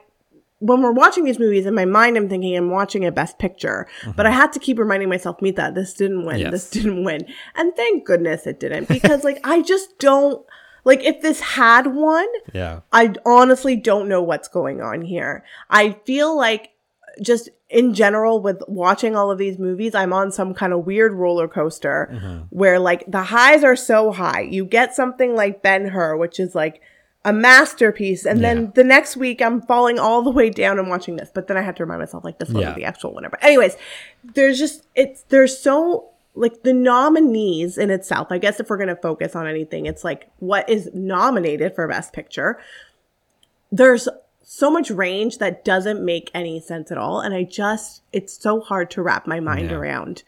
Speaker 1: when we're watching these movies in my mind I'm thinking I'm watching a best picture, but I had to keep reminding myself, Mita, this didn't win.
Speaker 2: Mm-hmm. Yes.
Speaker 1: This didn't win. And thank goodness it didn't because like I just don't like if this had won,
Speaker 2: Yeah.
Speaker 1: I honestly don't know what's going on here. I feel like just in general with watching all of these movies, I'm on some kind of weird roller coaster
Speaker 2: Mm-hmm.
Speaker 1: where like the highs are so high. You get something like Ben Hur, which is like a masterpiece, and
Speaker 2: Yeah.
Speaker 1: then the next week I'm falling all the way down and watching this. But then I had to remind myself like this wasn't
Speaker 2: Yeah.
Speaker 1: the actual winner. But anyways, there's just it's there's so like the nominees in itself. I guess if we're gonna focus on anything, it's like what is nominated for Best Picture there's so much range that doesn't make any sense at all and i just it's so hard to wrap my mind
Speaker 2: Yeah.
Speaker 1: around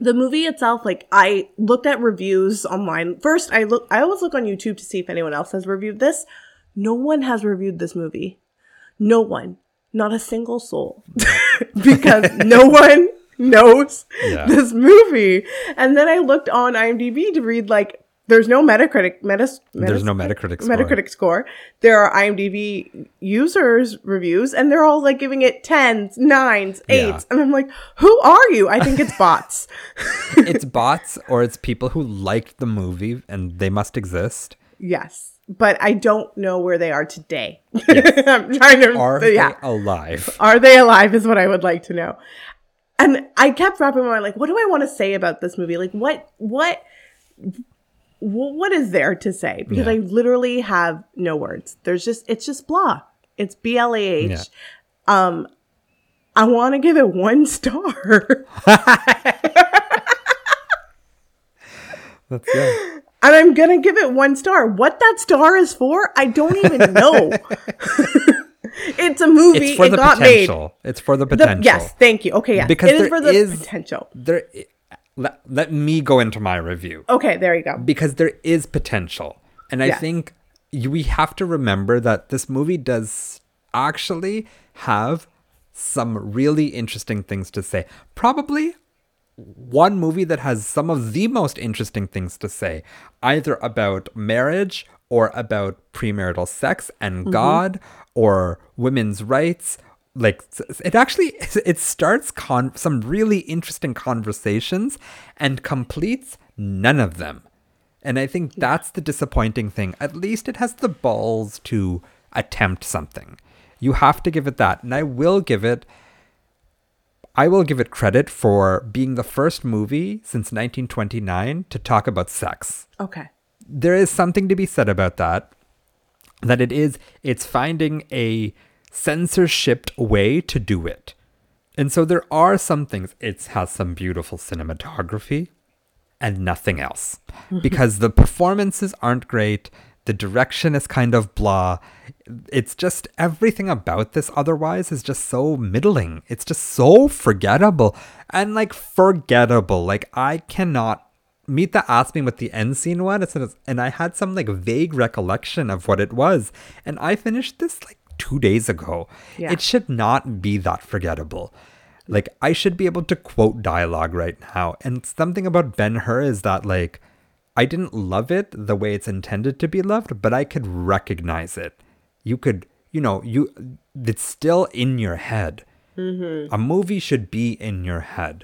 Speaker 1: the movie itself like i looked at reviews online first i look i always look on youtube to see if anyone else has reviewed this no one has reviewed this movie no one not a single soul because no one knows
Speaker 2: Yeah.
Speaker 1: this movie and then i looked on imdb to read like There's no Metacritic. Metas,
Speaker 2: There's
Speaker 1: Metas-
Speaker 2: no Metacritic score.
Speaker 1: Metacritic score. There are IMDb users reviews, and they're all like giving it tens, nines,
Speaker 2: Yeah.
Speaker 1: eights, and I'm like, who are you? I think it's bots.
Speaker 2: it's bots or it's people who liked the movie and they must exist.
Speaker 1: yes, but I don't know where they are today. I'm trying to.
Speaker 2: Are
Speaker 1: yeah.
Speaker 2: they alive?
Speaker 1: Are they alive is what I would like to know. And I kept wrapping my mind like, what do I want to say about this movie? Like what what wh- what is there to say? Because
Speaker 2: Yeah.
Speaker 1: I literally have no words. There's just it's just blah. It's B L A H.
Speaker 2: Yeah.
Speaker 1: Um I want to give it one star.
Speaker 2: That's yeah.
Speaker 1: and I'm going to give it one star. What that star is for, I don't even know. it's a movie.
Speaker 2: It's for
Speaker 1: it
Speaker 2: the
Speaker 1: got
Speaker 2: potential. It's for the
Speaker 1: made. The-
Speaker 2: potential.
Speaker 1: yes, thank you. Okay, yeah.
Speaker 2: Because
Speaker 1: it is
Speaker 2: there
Speaker 1: for the
Speaker 2: is-
Speaker 1: potential.
Speaker 2: There let, let me go into my review.
Speaker 1: Okay, there you go.
Speaker 2: because there is potential. And I
Speaker 1: Yeah.
Speaker 2: think you, we have to remember that this movie does actually have some really interesting things to say. Probably one movie that has some of the most interesting things to say, either about marriage or about premarital sex and God or women's rights. Like s- it actually, it starts con- some really interesting conversations and completes none of them. And I think that's the disappointing thing. At least it has the balls to attempt something. You have to give it that. And I will give it I will give it credit for being the first movie since 1929 to talk about sex.
Speaker 1: Okay.
Speaker 2: There is something to be said about that that it is it's finding a censorship way to do it. And so there are some things it has some beautiful cinematography and nothing else. Because the performances aren't great, the direction is kind of blah. It's just everything about this otherwise is just so middling. It's just so forgettable and like forgettable. Like I cannot Mita asked me what the end scene was, and it's- and I had some like vague recollection of what it was. And I finished this like two days ago.
Speaker 1: Yeah.
Speaker 2: It should not be that forgettable. Like I should be able to quote dialogue right now. And something about Ben Hur is that like I didn't love it the way it's intended to be loved, but I could recognize it. You could, you know, you it's still in your head. A movie should be in your head.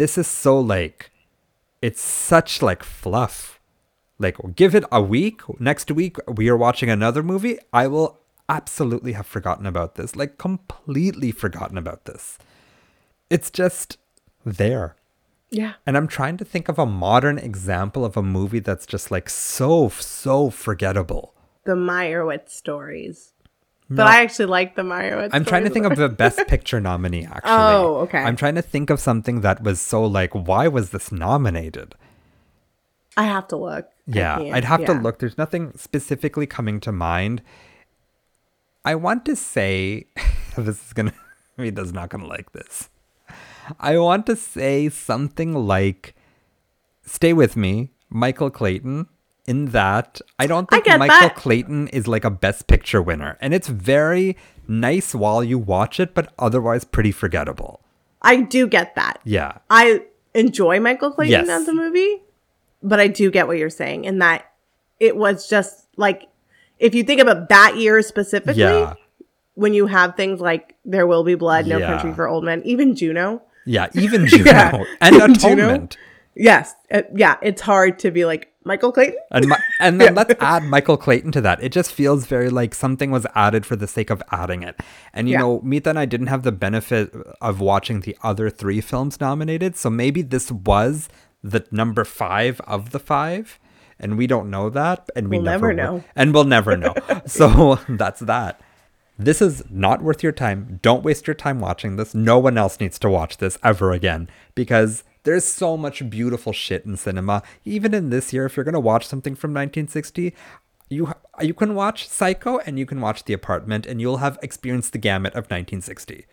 Speaker 2: This is so like it's such like fluff. Like give it a week. Next week we are watching another movie. I will absolutely have forgotten about this. Like completely forgotten about this. It's just there.
Speaker 1: Yeah.
Speaker 2: And I'm trying to think of a modern example of a movie that's just like so so forgettable.
Speaker 1: The Meyerowitz stories. But I actually like the Meyerowitz
Speaker 2: I'm trying to think
Speaker 1: stories.
Speaker 2: of the best picture nominee actually.
Speaker 1: Oh, okay.
Speaker 2: I'm trying to think of something that was so like why was this nominated?
Speaker 1: I have to look. I
Speaker 2: Yeah,
Speaker 1: can't-
Speaker 2: I'd have to
Speaker 1: yeah.
Speaker 2: look. There's nothing specifically coming to mind. I want to say this is gonna he does not gonna like this. I want to say something like Stay with me, Michael Clayton, in that I don't
Speaker 1: I
Speaker 2: think
Speaker 1: get
Speaker 2: Michael
Speaker 1: that.
Speaker 2: Clayton is like a best picture winner. And it's very nice while you watch it, but otherwise pretty forgettable.
Speaker 1: I do get that.
Speaker 2: Yeah.
Speaker 1: I enjoy Michael Clayton
Speaker 2: Yes.
Speaker 1: as a movie, but I do get what you're saying in that it was just like if you think about that year specifically,
Speaker 2: Yeah.
Speaker 1: when you have things like There Will Be Blood, No
Speaker 2: Yeah.
Speaker 1: Country for Old Men, even Juno.
Speaker 2: Yeah. Even Juno
Speaker 1: Yeah.
Speaker 2: and
Speaker 1: Juno.
Speaker 2: Atonement.
Speaker 1: Yes. uh, yeah, it's hard to be like Michael Clayton?
Speaker 2: And, my, and then let's add Michael Clayton to that. It just feels very like something was added for the sake of adding it. And you
Speaker 1: Yeah.
Speaker 2: know, Mita and I didn't have the benefit of watching the other three films nominated, so maybe this was the number five of the five, and we don't know that, and we
Speaker 1: We'll
Speaker 2: never,
Speaker 1: never
Speaker 2: will.
Speaker 1: know.
Speaker 2: and we'll never know. so that's that. This is not worth your time. Don't waste your time watching this. No one else needs to watch this ever again because there's so much beautiful shit in cinema. Even in this year, if you're gonna watch something from 1960, you you can watch Psycho and you can watch The Apartment, and you'll have experienced the gamut of 1960.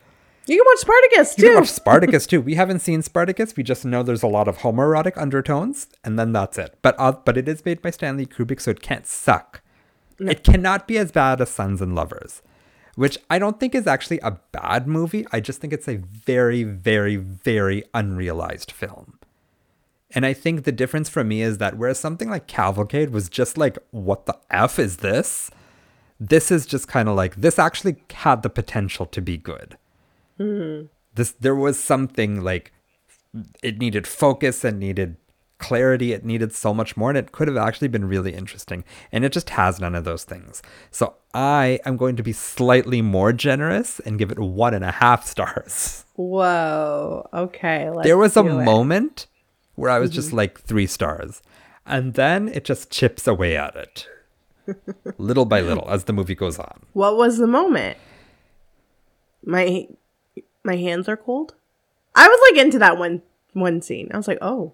Speaker 1: You can watch Spartacus
Speaker 2: You
Speaker 1: too.
Speaker 2: can watch Spartacus too. We haven't seen Spartacus. We just know there's a lot of homoerotic undertones, and then that's it. But uh, but it is made by Stanley Kubrick, so it can't suck. It cannot be as bad as Sons and Lovers, which I don't think is actually a bad movie. I just think it's a very, very, very unrealized film. And I think the difference for me is that whereas something like Cavalcade was just like, what the F is this? This is just kind of like, this actually had the potential to be good. This there was something like it needed focus and needed clarity it needed so much more and it could have actually been really interesting and it just has none of those things so i am going to be slightly more generous and give it one and a half stars
Speaker 1: Whoa. Okay. Let's
Speaker 2: there was a
Speaker 1: do it. Mm-hmm.
Speaker 2: moment where I was just like three stars, and then it just chips away at it, little by little, as the movie goes on.
Speaker 1: What was the moment? My my hands are cold. I was like into that one one scene. I was like, oh,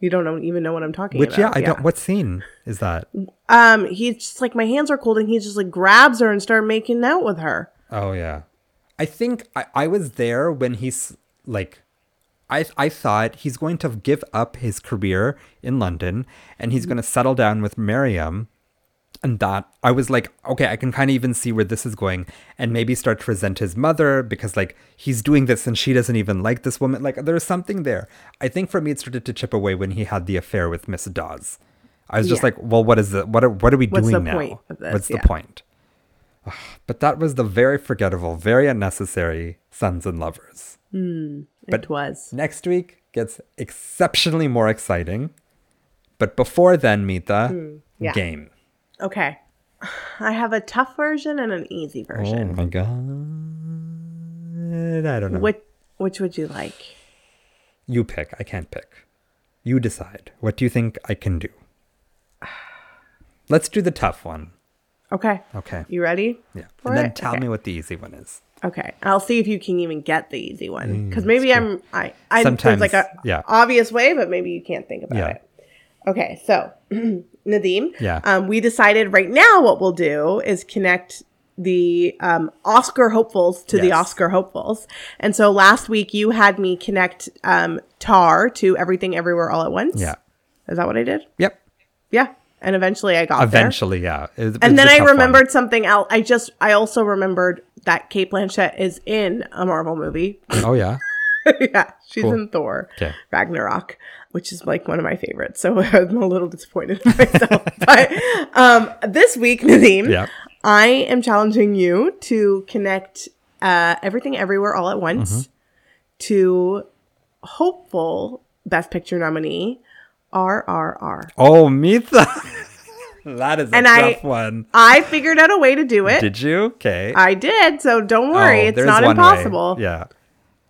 Speaker 1: you don't know, even know what I'm talking
Speaker 2: Which, yeah,
Speaker 1: about.
Speaker 2: I don't. What scene is that?
Speaker 1: Um, he's just like my hands are cold, and he just like grabs her and start making out with her.
Speaker 2: Oh yeah, I think I, I was there when he's like, I I thought he's going to give up his career in London and he's going to settle down with Miriam, and that I was like, okay, I can kind of even see where this is going, and maybe start to resent his mother because like he's doing this and she doesn't even like this woman. Like there's something there. I think for me it started to chip away when he had the affair with Miss Dawes. I was just
Speaker 1: Yeah.
Speaker 2: like, well, what is the what are what are we
Speaker 1: What's
Speaker 2: doing
Speaker 1: the
Speaker 2: now?
Speaker 1: point of this?
Speaker 2: What's
Speaker 1: Yeah.
Speaker 2: the point? But that was the very forgettable, very unnecessary Sons and Lovers. But-
Speaker 1: it was
Speaker 2: Next week gets exceptionally more exciting. But before then, Mita,
Speaker 1: Hmm, yeah.
Speaker 2: game.
Speaker 1: okay. I have a tough version and an easy
Speaker 2: Oh
Speaker 1: version.
Speaker 2: my god. I don't know.
Speaker 1: Which which would you like?
Speaker 2: You pick. I can't pick. You decide. What do you think I can do? Let's do the tough one.
Speaker 1: Okay,
Speaker 2: Okay.
Speaker 1: you ready?
Speaker 2: Yeah.
Speaker 1: For
Speaker 2: and then
Speaker 1: it?
Speaker 2: tell
Speaker 1: Okay.
Speaker 2: me what the easy one is.
Speaker 1: Okay, I'll see if you can even get the easy one because maybe I'm I I
Speaker 2: Mm, Sometimes,
Speaker 1: there's like a
Speaker 2: yeah.
Speaker 1: obvious way, but maybe you can't think about
Speaker 2: Yeah.
Speaker 1: it. Okay, so Nadim,
Speaker 2: Yeah.
Speaker 1: um, we decided right now what we'll do is connect the um, Oscar hopefuls to the
Speaker 2: Yes.
Speaker 1: Oscar hopefuls, and so last week you had me connect um, Tar to Everything Everywhere All at Once.
Speaker 2: Yeah.
Speaker 1: is that what I did?
Speaker 2: Yep.
Speaker 1: Yeah, and eventually I got there.
Speaker 2: Eventually, yeah. It- it's
Speaker 1: And then
Speaker 2: a
Speaker 1: I
Speaker 2: tough one.
Speaker 1: remembered something else. I just, I also remembered that Kate Blanchett is in a Marvel movie.
Speaker 2: Oh, yeah.
Speaker 1: yeah, she's
Speaker 2: Cool.
Speaker 1: in Thor
Speaker 2: Okay.
Speaker 1: Ragnarok, which is like one of my favorites. So I'm a little disappointed in myself. but um, this week, Nadeem,
Speaker 2: Yeah.
Speaker 1: I am challenging you to connect uh, everything, everywhere, all at once
Speaker 2: Mm-hmm.
Speaker 1: to hopeful Best Picture nominee RRR.
Speaker 2: Oh, Mitha. that is a
Speaker 1: And I-
Speaker 2: tough one.
Speaker 1: I figured out a way to do it.
Speaker 2: Did you? Okay.
Speaker 1: I did, so don't worry.
Speaker 2: Oh,
Speaker 1: it's
Speaker 2: there's
Speaker 1: not
Speaker 2: one way.
Speaker 1: impossible.
Speaker 2: Yeah.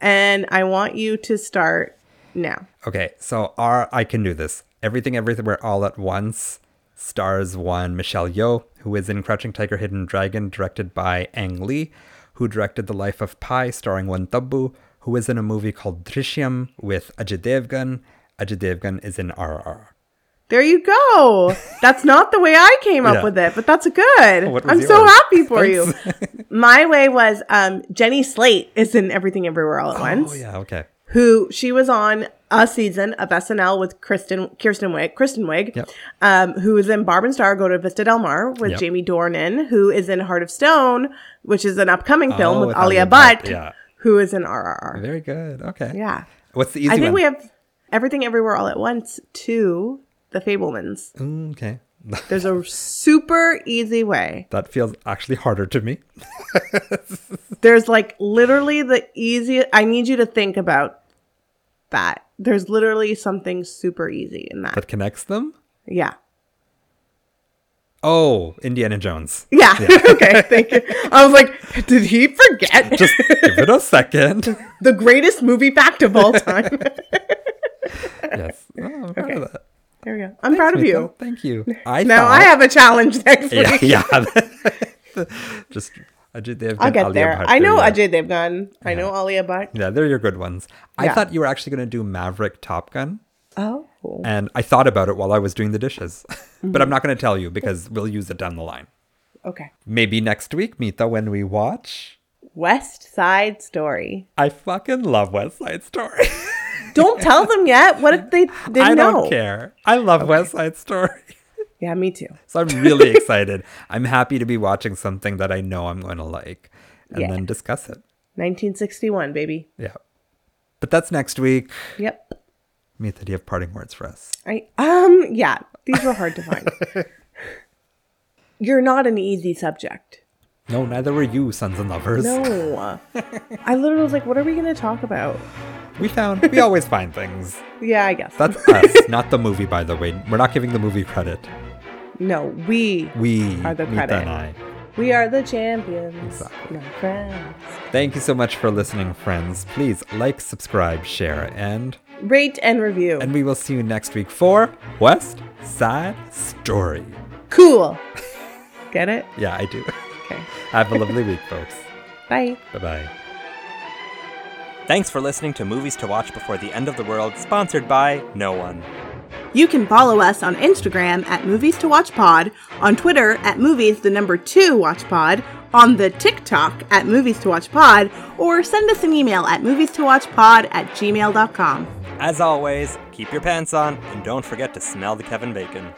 Speaker 1: And I want you to start now.
Speaker 2: Okay. So R, I can do this. Everything, everywhere, all at once. Stars one Michelle Yeoh, who is in Crouching Tiger, Hidden Dragon, directed by Ang Lee, who directed The Life of Pi, starring One Tabu, who is in a movie called Drishyam with Ajay Devgan. Ajay Devgan is in RR.
Speaker 1: There you go. That's not the way I came up
Speaker 2: Yeah.
Speaker 1: with it, but that's good.
Speaker 2: What was
Speaker 1: I'm so
Speaker 2: yours?
Speaker 1: happy for you. My way was um, Jenny Slate is in Everything Everywhere All at Once,
Speaker 2: Oh yeah. Okay.
Speaker 1: who she was on a season of SNL with Kristen Kirsten Wig, Kristen Wig,
Speaker 2: Yep.
Speaker 1: um, who is in Barb and Star Go to Vista Del Mar with
Speaker 2: Yep.
Speaker 1: Jamie Dornan, who is in Heart of Stone, which is an upcoming film
Speaker 2: Oh,
Speaker 1: with,
Speaker 2: with
Speaker 1: Alia
Speaker 2: Alia Bhatt,
Speaker 1: Butt,
Speaker 2: yeah.
Speaker 1: who is in RRR.
Speaker 2: Very good. Okay.
Speaker 1: Yeah.
Speaker 2: What's the easy
Speaker 1: I think
Speaker 2: one?
Speaker 1: we have everything everywhere all at once to the Fablemans.
Speaker 2: Mm, okay.
Speaker 1: There's a super easy way.
Speaker 2: That feels actually harder to me.
Speaker 1: There's like literally the easiest. I need you to think about that. There's literally something super easy in that.
Speaker 2: That connects them?
Speaker 1: Yeah.
Speaker 2: Oh, Indiana Jones.
Speaker 1: Yeah. okay. Thank you. I was like, did he forget
Speaker 2: Just give it a second.
Speaker 1: the greatest movie fact of all time?
Speaker 2: Yes. Oh, I'm proud of that.
Speaker 1: there we go. I'm proud of
Speaker 2: Sweet,
Speaker 1: you.
Speaker 2: though. Thank you. I
Speaker 1: Now I have a challenge next
Speaker 2: Yeah,
Speaker 1: week.
Speaker 2: yeah. Just Ajit Devgan.
Speaker 1: I'll get
Speaker 2: Alia
Speaker 1: there.
Speaker 2: Bhatt,
Speaker 1: I know
Speaker 2: yeah.
Speaker 1: Ajay Devgan. I know Alia Bhatt.
Speaker 2: Yeah, they're your good ones.
Speaker 1: Yeah.
Speaker 2: I thought you were actually going to do Maverick Top Gun,
Speaker 1: Oh.
Speaker 2: and I thought about it while I was doing the dishes, but
Speaker 1: Mm-hmm.
Speaker 2: I'm not going to tell you because we'll use it down the line.
Speaker 1: Okay.
Speaker 2: Maybe next week, Mita, when we watch.
Speaker 1: West Side Story.
Speaker 2: I fucking love West Side Story.
Speaker 1: Don't tell them yet. What if they didn't
Speaker 2: I
Speaker 1: know?
Speaker 2: don't care. I love West Side Story.
Speaker 1: Yeah, me too.
Speaker 2: So I'm really excited. I'm happy to be watching something that I know I'm going to like and
Speaker 1: Yeah.
Speaker 2: then discuss it.
Speaker 1: 1961, baby.
Speaker 2: Yeah. But that's next week.
Speaker 1: Yep.
Speaker 2: Mitha, do you have parting words for us?
Speaker 1: I um yeah, these were hard to find. You're not an easy subject.
Speaker 2: No, neither were you, sons and lovers.
Speaker 1: No. I literally was like, what are we gonna talk about?
Speaker 2: We found, we always find things.
Speaker 1: Yeah, I guess.
Speaker 2: That's us, not the movie, by the way. We're not giving the movie credit.
Speaker 1: no, we
Speaker 2: We
Speaker 1: Are the
Speaker 2: Mitha
Speaker 1: credit.
Speaker 2: and I.
Speaker 1: we are the champions.
Speaker 2: Exactly.
Speaker 1: Not friends.
Speaker 2: Thank you so much for listening, friends. Please like, subscribe, share, and
Speaker 1: Rate and review.
Speaker 2: and we will see you next week for West Side Story.
Speaker 1: cool. Get it?
Speaker 2: Yeah, I do.
Speaker 1: Okay.
Speaker 2: Have a lovely week, folks.
Speaker 1: Bye.
Speaker 2: Bye bye.
Speaker 3: Thanks for listening to Movies to Watch Before the End of the World, sponsored by No One.
Speaker 1: You can follow us on Instagram at Movies to Watch Pod, on Twitter at Movies the number two Watch Pod, on the TikTok at Movies to Watch Pod, or send us an email at Movies to Watch Pod at gmail.com.
Speaker 3: As always, keep your pants on and don't forget to smell the Kevin Bacon.